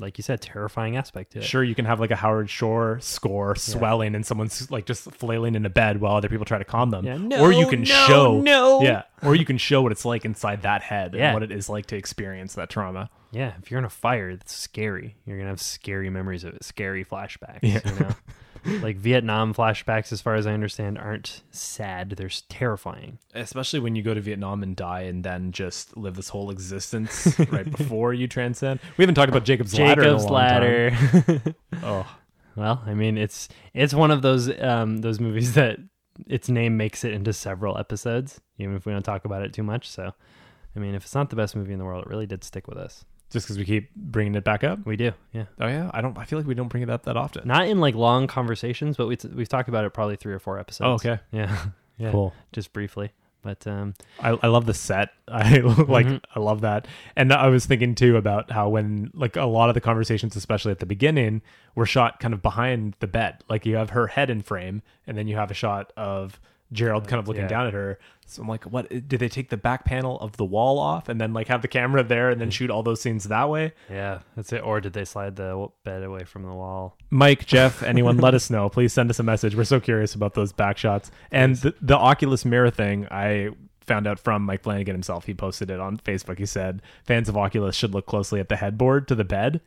like you said, terrifying aspect to it. Sure, you can have like a Howard Shore score swelling and someone's like just flailing in a bed while other people try to calm them. Yeah, or you no, can no, show no. Yeah. Or you can show what it's like inside that head Yeah. and what it is like to experience that trauma. Yeah, if you're in a fire, it's scary. You're gonna have scary memories of it, scary flashbacks. You know, like Vietnam flashbacks, as far as I understand, aren't sad. They're s- terrifying. Especially when you go to Vietnam and die and then just live this whole <laughs> existence right before you transcend. We haven't talked about Jacob's, ladder. in a Jacob's long time. ladder. Oh. <laughs> well, I mean, it's it's one of those um those movies that its name makes it into several episodes, even if we don't talk about it too much. So, I mean, if it's not the best movie in the world, it really did stick with us. Just because we keep bringing it back up. We do, yeah. Oh yeah, I don't. I feel like we don't bring it up that often. Not in like long conversations, but we t- we've talked about it probably three or four Oh, episodes. okay. Yeah. <laughs> yeah. Cool. Just briefly. But um, I, I love the set. <laughs> I like I love that. And I was thinking too about how when like a lot of the conversations, especially at the beginning, were shot kind of behind the bed. Like you have her head in frame, and then you have a shot of Gerald kind of looking yeah. down at her. So I'm like, what did they take the back panel of the wall off and then like have the camera there and then shoot all those scenes that way? yeah, that's it. Or did they slide the w- bed away from the wall? Mike, Jeff, anyone, let us know. Please send us a message. We're so curious about those back shots. And the, the Oculus Mirror thing, I found out from Mike Flanagan himself. He posted it on Facebook. He said fans of Oculus should look closely at the headboard to the bed.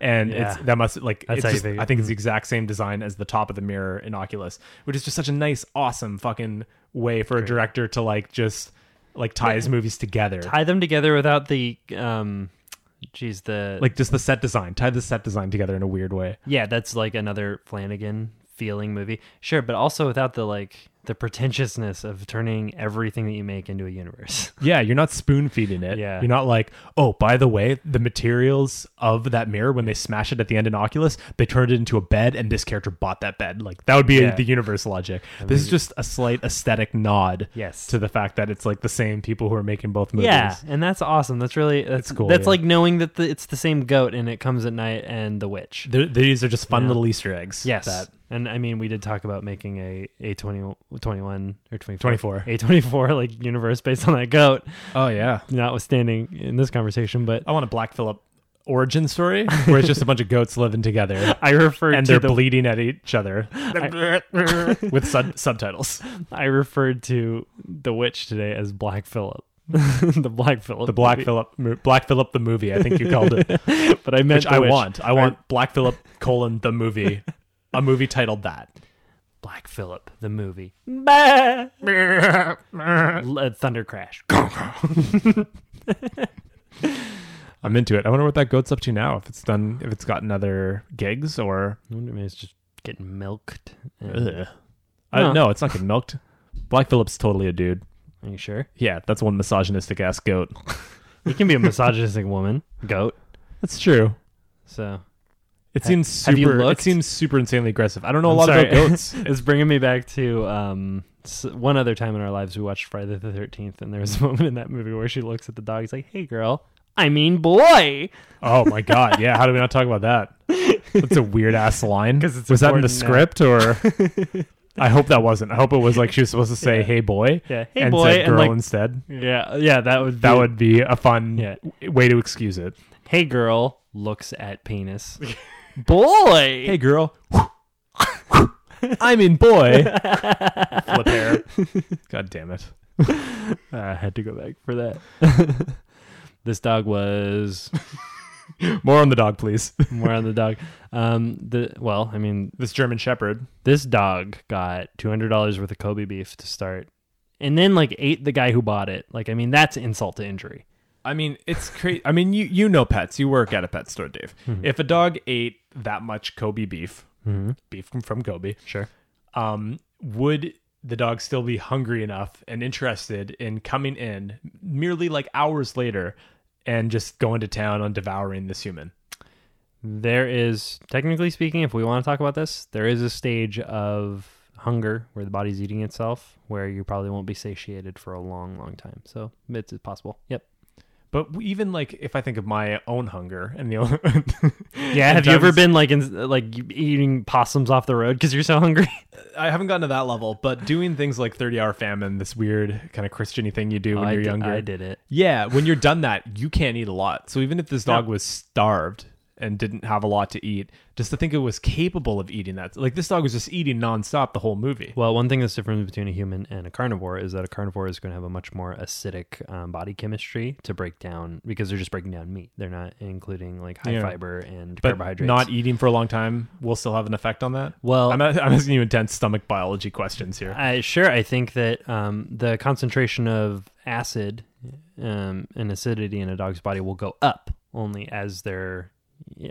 and Yeah. it's that must like That's it's how you just- figure- I think it's the exact same design as the top of the mirror in Oculus, which is just such a nice, awesome fucking way for a director to like just like tie his movies together. tie them together without the um geez the like just the set design, tie the set design together in a weird way. yeah that's like another flanagan feeling movie sure but also without the like the pretentiousness of turning everything that you make into a universe Yeah, you're not spoon feeding it. Yeah. You're not like, oh, by the way, the materials of that mirror when they smash it at the end in Oculus, they turned it into a bed and this character bought that bed. Like that would be Yeah. the universe logic. this is just a slight aesthetic nod Yes. to the fact that it's like the same people who are making both <laughs> movies. yeah and that's awesome that's really that's It's cool, cool that's yeah. like knowing that the, it's the same goat and it comes at night and the witch They're- these are just fun Yeah. little Easter eggs. Yes. That And I mean, we did talk about making a a 20, 21 or 24, 24. a 24 like universe based on that goat, oh yeah. notwithstanding in this conversation, but I want a Black Phillip origin <laughs> story where it's just a bunch of goats living together. I referred And to they're the, bleeding at each other with sub- subtitles. <laughs> I referred to the witch today as Black Phillip. <laughs> the Black Phillip. The Black movie. Phillip, mo- Black Phillip the movie. I think you called it. But I Which meant the I witch. want. I want Black Phillip colon the movie, a movie titled that. Black Phillip <laughs> the movie. Bah! Le- Thunder crash. I'm into it. I wonder what that goat's up to now. If it's done, if it's gotten other gigs or I wonder if it's just getting milked. And- Ugh. I don't No. know. It's not getting milked. Black Phillip's totally a dude. Are you sure? Yeah, that's one misogynistic ass goat. You can be a misogynistic woman, goat. That's true. So It seems have you super. It looked? seems super insanely aggressive. I don't know a I'm lot sorry. <laughs> about goats. it's bringing me back to um s- one other time in our lives we watched Friday the Thirteenth, and there was a <laughs> moment in that movie where she looks at the dog. He's like, "Hey, girl." I mean, boy. oh my god. Yeah. How do we not talk about that? That's a weird ass line. 'Cause it's was that in the important script or? <laughs> I hope that wasn't. I hope it was like she was supposed to say, "Hey boy," Yeah, hey and boy, said and, girl like- instead. Yeah, yeah, that would That be- would be a fun Yeah. w- way to excuse it. Hey, girl looks at <laughs> penis. boy. <laughs> Hey, girl. I'm in boy. <laughs> Flip hair. God damn it. I had to go back for that. <laughs> this dog was More on the dog, please. <laughs> more on the dog. Um, the well, I mean, This German Shepherd. this dog got two hundred dollars worth of Kobe beef to start, and then like ate the guy who bought it. Like, I mean, that's insult to injury. I mean, it's crazy. I mean, you you know pets. You work at a pet store, Dave. If a dog ate that much Kobe beef, beef from, from Kobe, Sure. um, would the dog still be hungry enough and interested in coming in merely like hours later and just going to town on devouring this human? There is, technically speaking, if we want to talk about this, there is a stage of hunger where the body's eating itself, where you probably won't be satiated for a long, long time. So it's possible. <laughs> Yep. But w- even like if I think of my own hunger and the <laughs> Yeah. Have you ever been like in like eating possums off the road because you're so hungry? I haven't gotten to that level, but doing things like 30 hour famine, this weird kind of Christian thing you do when I you're did- younger. I did it. Yeah, when you're done that, you can't eat a lot. So even if this dog Yeah. was starved and didn't have a lot to eat, just to think it was capable of eating that. Like this dog was just eating nonstop the whole movie. Well, one thing that's different between a human and a carnivore is that a carnivore is going to have a much more acidic um, body chemistry to break down because they're just breaking down meat. They're not including like high Yeah. fiber and But carbohydrates. not eating for a long time will still have an effect on that. well, I'm, I'm asking you intense stomach biology questions here. I, sure. I think that um, the concentration of acid um, and acidity in a dog's body will go up only as their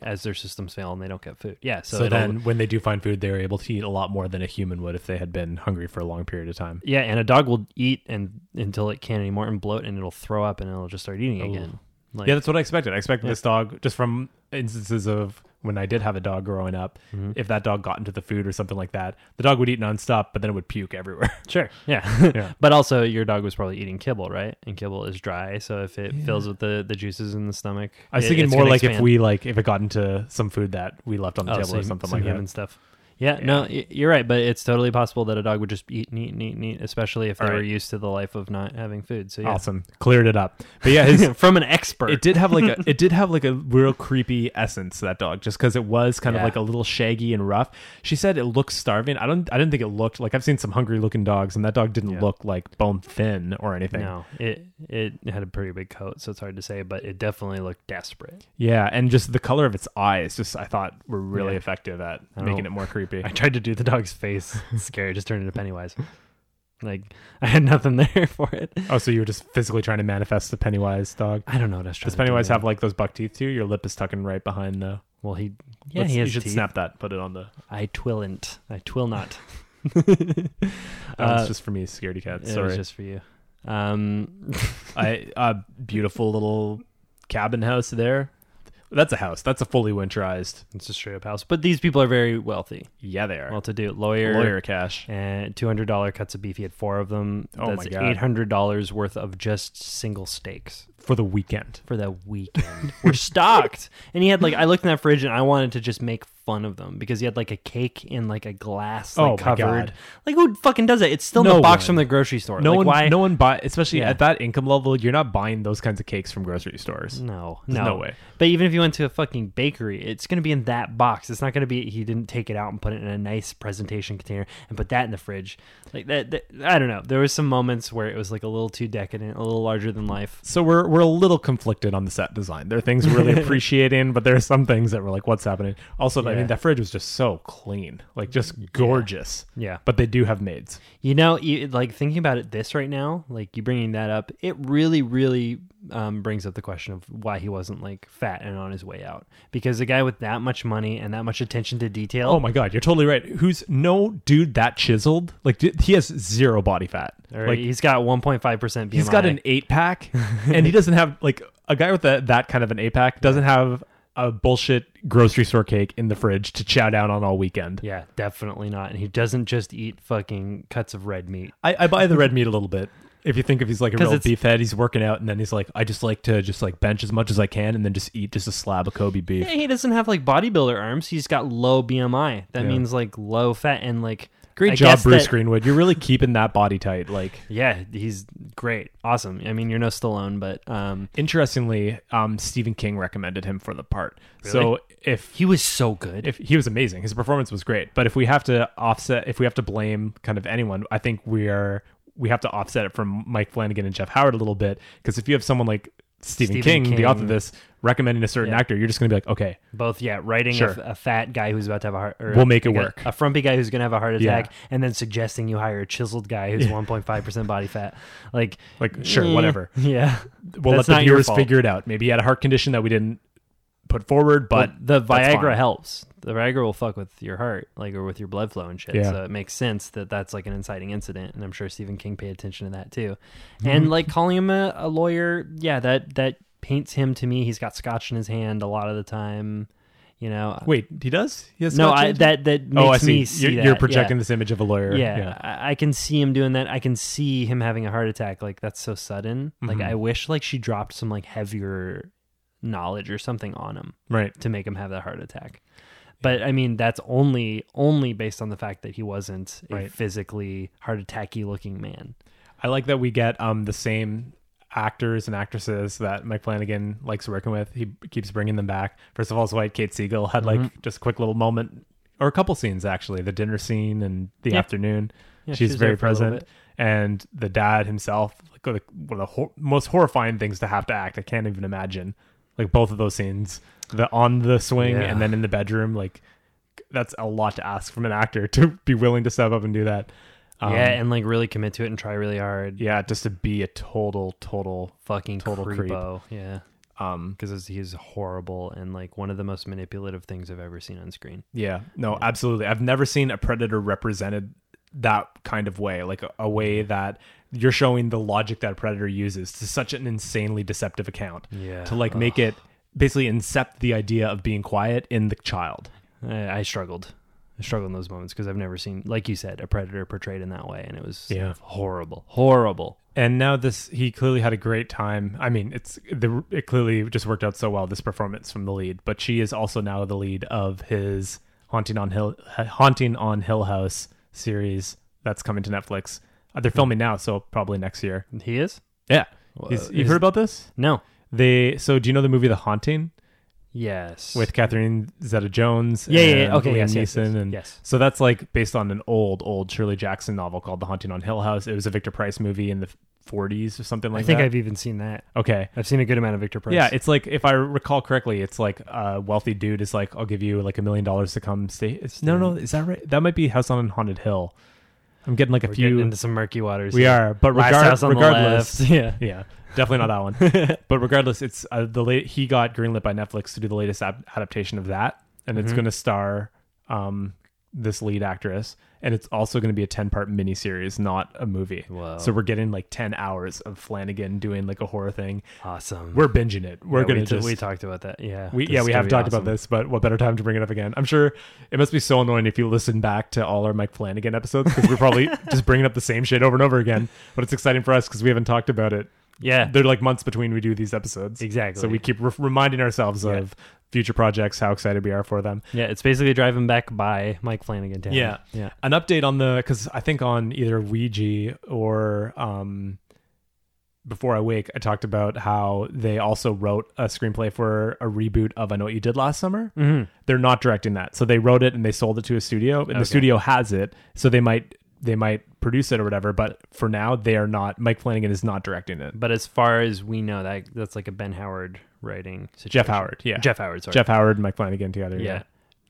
as their systems fail and they don't get food. Yeah. So, So, it'll- then, when they do find food, they are able to eat a lot more than a human would if they had been hungry for a long period of time. yeah, and a dog will eat and until it can't anymore and bloat and it'll throw up and it'll just start eating again. Like, yeah, that's what I expected. I expected this dog, just from instances of when I did have a dog growing up, Mm-hmm. if that dog got into the food or something like that, the dog would eat nonstop, but then it would puke everywhere. <laughs> Sure. Yeah. Yeah. <laughs> but also, your dog was probably eating kibble, right? And kibble is dry, so if it fills with the, the juices in the stomach, I was it- thinking it's more gonna like if expand. we like if it got into some food that we left on the oh, table some, or something some like human that. stuff. Yeah, no, y- you're right, but it's totally possible that a dog would just eat and eat and eat and eat, especially if they All were right. used to the life of not having food. So yeah. <laughs> Awesome, cleared it up. But yeah, his, From an expert. it did have like <laughs> a it did have like a real creepy essence to that dog just because it was kind of Yeah. like a little shaggy and rough she said it looked starving i don't i didn't think it looked like i've seen some hungry looking dogs and that dog didn't Yeah. look like bone thin or anything No, it it had a pretty big coat, so it's hard to say, but it definitely looked desperate. yeah and just the color of its eyes just i thought were really Yeah. effective at I making don't- it more <laughs> creepy I tried to do the dog's face. It's scary, just turned into Pennywise. Like I had nothing <laughs> there for it. oh so you were just physically trying to manifest the pennywise dog I don't know what I was trying does to do pennywise there. have like those buck teeth too your lip is tucking right behind the Well, he yeah Let's- he has you should teeth. snap that put it on the I twilln't. I <laughs> twill not. that was Uh, just for me scaredy cat It was sorry just for you. Um, I a beautiful little cabin house there. That's a house. That's a fully winterized. it's a straight up house, but these people are very wealthy, Yeah, they are. well to do. Lawyer, Lawyer cash. and two hundred dollar cuts of beef. He had four of them. Oh my That's God. eight hundred dollars worth of just single steaks. For the weekend. for the weekend. We're stocked. And he had like I looked in that fridge and I wanted to just make fun of them because he had like a cake in like a glass like Oh my covered. God. Like who fucking does that? It's still in No the box one. from the grocery store. No like, one why no one buy especially Yeah. at that income level, you're not buying those kinds of cakes from grocery stores. no, There's no. no way. But even if you went to a fucking bakery, it's going to be in that box. It's not going to be he didn't take it out and put it in a nice presentation container and put that in the fridge. Like that, that I don't know. There was some moments where it was like a little too decadent, a little larger than life. So we're we're a little conflicted on the set design. There are things we're <laughs> really appreciating, but there are some things that were like, what's happening? Also, I Yeah. mean that fridge was just so clean. Like just gorgeous. Yeah. But they do have maids. You know, you, like thinking about it this right now, like you bringing that up, it really, really um, brings up the question of why he wasn't like fat and on his way out. Because a guy with that much money and that much attention to detail, Oh my god, you're totally right. Who's no dude that chiseled? Like d- he has zero body fat. or Like he's got 1.5 percent BMI. He's got an eight <laughs> pack, and he doesn't have like a guy with a, that kind of an eight pack doesn't have a bullshit grocery store cake in the fridge to chow down on all weekend. yeah, definitely not. And he doesn't just eat fucking cuts of red meat. I, I buy the red meat a little bit. If you think of he's like a 'Cause real it's- beef head, he's working out, and then he's like, I just like to just like bench as much as I can, and then just eat just a slab of Kobe beef. Yeah, he doesn't have like bodybuilder arms. He's got low BMI. That Yeah. means like low fat and like Great I job, guess Bruce that- Greenwood. You're really keeping that body tight. Like, Yeah, he's great, awesome. I mean, you're no Stallone, but um, interestingly, um, Stephen King recommended him for the part. So Really? if he was so good. if he was amazing his performance was great but if we have to offset if we have to blame kind of anyone i think we are we have to offset it from mike flanagan and jeff howard a little bit because if you have someone like stephen, Stephen king, the King. author of this recommending a certain Yeah. actor you're just going to be like okay Both, yeah, writing Sure. a, f- a fat guy who's about to have a heart. Or We'll make it a- work. A frumpy guy who's going to have a heart Yeah. attack, and then suggesting you hire a chiseled guy who's 1.5 percent body fat. Like, like sure eh, whatever <laughs> Yeah, we'll That's let the not your viewers fault. figure it out maybe he had a heart condition that we didn't put forward but Well, the that's Viagra fine. helps. The Viagra will fuck with your heart, like, or with your blood flow and shit. Yeah. So it makes sense that that's like an inciting incident, and I'm sure Stephen King paid attention to that too. And Mm-hmm. like calling him a, a lawyer, yeah, that that paints him to me. He's got scotch in his hand a lot of the time. You know, wait he does he has no, scotch in I his- that that makes oh i see, me see you're, that. you're yeah. projecting this image of a lawyer yeah, I, I can see him doing that. I can see him having a heart attack. Like that's so sudden. Like Mhm. I wish like she dropped some like heavier knowledge or something on him right to make him have that heart attack. But I mean, that's only only based on the fact that he wasn't a Right. physically heart attacky looking man. I like that we get um the same actors and actresses that Mike Flanagan likes working with. He b- keeps bringing them back. First of all, it's white Kate Siegel had Mm-hmm. like just a quick little moment or a couple scenes actually, the dinner scene and the Yeah. afternoon. Yeah, she she's was very there for a little present, and the dad himself, like one of the hor- most horrifying things to have to act. I can't even imagine. Like both of those scenes, the on the swing Yeah. and then in the bedroom, like that's a lot to ask from an actor to be willing to step up and do that. Um, yeah, and like really commit to it and try really hard. yeah, just to be a total, total Fucking Total creep. creepo. Yeah, um because he's horrible and like one of the most manipulative things I've ever seen on screen. yeah no absolutely i've never seen a predator represented that kind of way like a, a way that you're showing the logic that a predator uses to such an insanely deceptive account Yeah. to like make it basically incept the idea of being quiet in the child I, I struggled. I struggled in those moments because I've never seen, like you said, a predator portrayed in that way, and it was Yeah. horrible, horrible. and now this he clearly had a great time i mean it's the it clearly just worked out so well this performance from the lead but she is also now the lead of his Haunting on Hill Haunting on Hill House series that's coming to Netflix. Uh, they're filming now, so probably next year. He is? Yeah, He's- Uh, you've is- heard about this? No. They so do you know the movie The Haunting Yes. with Catherine Zeta-Jones? Yeah, yeah, yeah. and Okay, Liam yes, yes, Neeson yes, and yes. so that's like based on an old old Shirley Jackson novel called The Haunting on Hill House. It was a Victor Price movie in the 40s or something like I think that. I've even seen that. okay. I've seen a good amount of Victor Price. Yeah, it's like if I recall correctly, it's like a wealthy dude is like, "I'll give you like a million dollars to come stay." It's, no, no, is that right? That might be House on Haunted Hill. I'm getting like a We're few. getting into some murky waters. we here. are, but Last regard, house on regardless, the left. <laughs> Yeah. yeah, definitely not that <laughs> one. but regardless, it's uh, the late he got greenlit by Netflix to do the latest ad- adaptation of that, and Mm-hmm. it's going to star um, this lead actress, and it's also going to be a ten part miniseries, not a movie. Wow. So we're getting like ten hours of Flanagan doing like a horror thing. Awesome. We're binging it. We're Yeah, gonna we, t- just we talked about that. Yeah. we, This yeah, is we gonna have be talked awesome. about this, but what better time to bring it up again? I'm sure it must be so annoying if you listen back to all our Mike Flanagan episodes because we're <laughs> probably just bringing up the same shit over and over again. But it's exciting for us because we haven't talked about it. Yeah. They're like months between we do these episodes. Exactly. So we keep re- reminding ourselves Yeah. of future projects, how excited we are for them. yeah, it's basically driving back by Mike Flanagan Town. Yeah. Yeah. An update on the because I think on either Ouija or um, Before I Wake, I talked about how they also wrote a screenplay for a reboot of I Know What You Did Last Summer. Mhm. They're not directing that, so they wrote it and they sold it to a studio, and Okay. the studio has it, so they might they might produce it or whatever. But for now, they are not. Mike Flanagan is not directing it. But as far as we know, that that's like a Ben Howard writing situation. Jeff Howard, yeah. Jeff Howard, sorry. Jeff Howard and Mike Flanagan together. Yeah.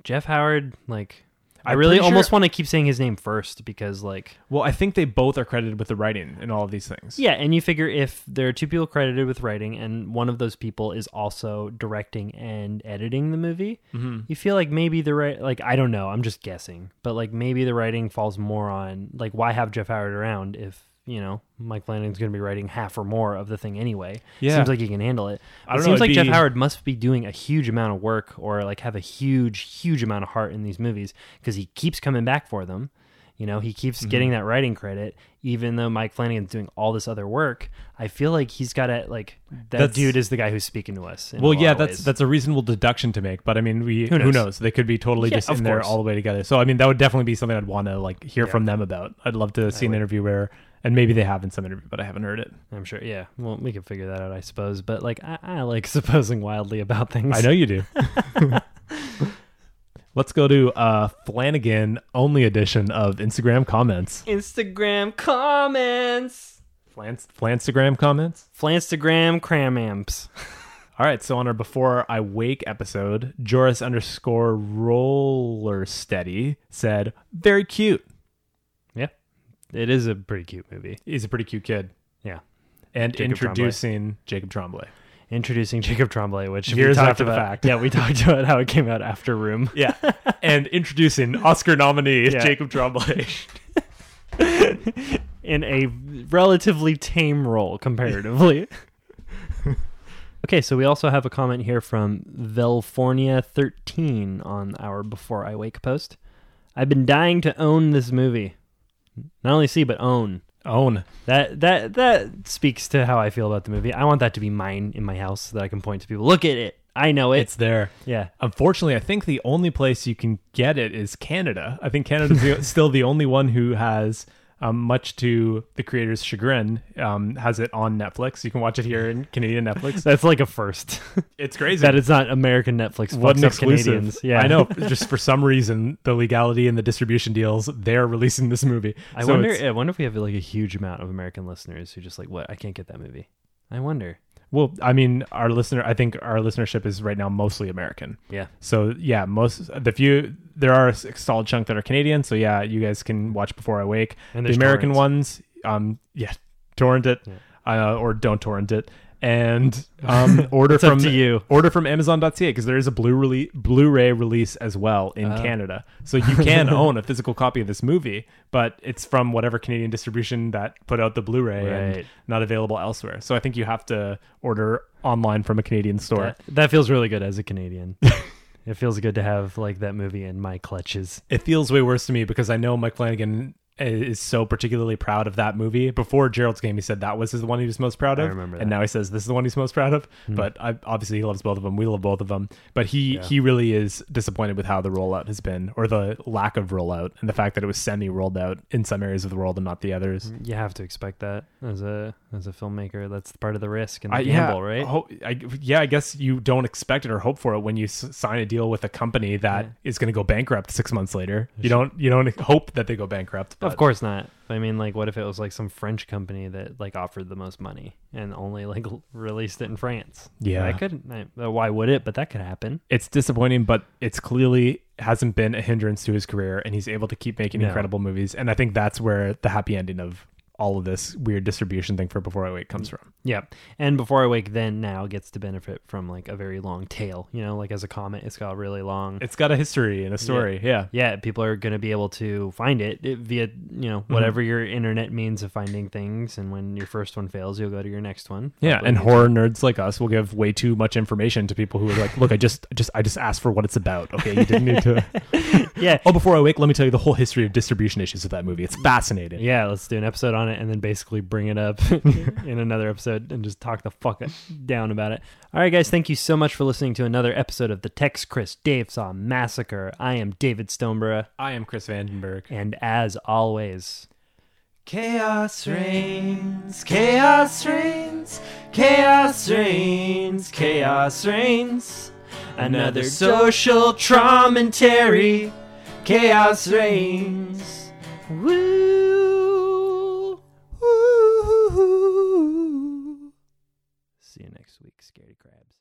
Jeff Howard, like I I'm really pretty sure- almost want to keep saying his name first because like Well, I think they both are credited with the writing and all of these things. Yeah, and you figure if there are two people credited with writing and one of those people is also directing and editing the movie, you feel like maybe the right like I don't know, I'm just guessing, but like maybe the writing falls more on like why have Jeff Howard around if you know Mike Flanagan's going to be writing half or more of the thing anyway. Yeah. seems like he can handle it. I it don't know, seems like it'd Jeff be- Howard must be doing a huge amount of work or like have a huge huge amount of heart in these movies because he keeps coming back for them. You know, he Mm-hmm. keeps getting that writing credit, even though Mike Flanagan's doing all this other work. I feel like he's got to like that That's- dude is the guy who's speaking to us. in a Well, lot yeah, of that's ways. that's a reasonable deduction to make, but I mean, we who knows? knows? They could be totally Yeah, just of in there course. all the way together. So I mean, that would definitely be something I'd want to like hear Yeah. from them about. I'd love to see an would. interview where, and maybe they have in some interview, but I haven't heard <laughs> it. I'm sure. Yeah, well, we can figure that out, I suppose. But like, I, I like <laughs> supposing wildly about things. I know you do. <laughs> Let's go to uh, Flanagan only edition of Instagram comments, Instagram comments, Flans- Flanstagram comments. Flanstagram cram amps. All right, so on our Before I Wake episode, Joris underscore roller steady said, "Very cute." <laughs> yeah, it is a pretty cute movie. He's a pretty cute kid. Yeah, and Jacob introducing Jacob Tremblay. introducing Jacob Tremblay, which Years we talked after the about. fact. Yeah, <laughs> we talked about how it came out after Room. Yeah, and introducing Oscar nominee Yeah. Jacob Tremblay. in a relatively tame role <laughs> comparatively. okay, so we also have a comment here from Velfornia13 on our Before I Wake post. I've been dying to own this movie. Not only see, but own. <laughs> Own. That that that speaks to how I feel about the movie. I want that to be mine in my house so that I can point to people. Look at it. I know it. It's there. yeah. Unfortunately, I think the only place you can get it is Canada. I think Canada's <laughs> the, still the only one who has, um, much to the creator's chagrin, um, has it on Netflix. You can watch it here in Canadian <laughs> Netflix. That's like a first. <laughs> It's crazy. that it's not American Netflix. what fucks an up exclusive. Canadians. Yeah, I know. Just for some reason, the legality and the distribution deals, they're releasing this movie. <laughs> I So wonder. it's- I wonder if we have like a huge amount of American listeners who just like, what? I can't get that movie. I wonder. Well, I mean, our listener, I think our listenership is right now mostly American. Yeah. So yeah, most the few there are a solid chunk that are Canadian. So yeah, you guys can watch Before I Wake. And the there's American torrents. ones, um, yeah, torrent it, uh, or don't torrent it, and <laughs> um, order up from to you. order from Amazon.ca because there is a blue release, Blu-ray release as well in Uh. Canada. So you can <laughs> own a physical copy of this movie, but it's from whatever Canadian distribution that put out the Blu-ray and Right. not available elsewhere. So I think you have to order online from a Canadian store. That, that feels really good as a Canadian. <laughs> it feels good to have like that movie in my clutches. it feels way worse to me because I know Mike Flanagan is so particularly proud of that movie. Before Gerald's Game, he said that was his the one he was most proud of. I remember And that. Hmm. now he says this is the one he's most proud of. But I, obviously, he loves both of them. We love both of them. But he he really is disappointed with how the rollout has been, or the lack of rollout, and the fact that it was semi rolled out in some areas of the world and not the others. You have to expect that as a as a filmmaker. That's part of the risk and the I, gamble, yeah, right? ho- I, yeah, I guess you don't expect it or hope for it when you s- sign a deal with a company that Yeah. going to go bankrupt six months later. You don't you don't hope that they go bankrupt. But Of course not. I mean, like, what if it was like some French company that like offered the most money and only like l- released it in France? Yeah. that could. I, uh, why would it? But that could happen. it's disappointing, but it's clearly hasn't been a hindrance to his career, and he's able to keep making No. incredible movies. And I think that's where the happy ending of all of this weird distribution thing for Before I Wake comes from. Yeah. And Before I Wake Then Now gets to benefit from like a very long tail. You know, like as a comet, it's got a really long. It's got a history and a story. Yeah. yeah, people are going to be able to find it it- via, you know, Mm-hmm. whatever your internet means of finding things. And when your first one fails, you'll go to your next one. Yeah, Probably. and horror nerds like us will give way too much information to people who are like, "Look, I just, just, I just asked for what it's about. Okay, you didn't need <laughs> to." <laughs> Yeah. Oh, before I wake, let me tell you the whole history of distribution issues with that movie. It's fascinating. Yeah, let's do an episode on it and then basically bring <laughs> it up in another episode and just talk the fuck down about it. All right, guys, thank you so much for listening to another episode of the Tex Chris Dave Saw Massacre. I am David Stoneborough, I am Chris Vandenberg. and as always, Chaos reigns, chaos reigns, chaos reigns, chaos reigns. Another social traumentary. Chaos reigns. Woo. Woo. see you next week, Scaredy Crabs.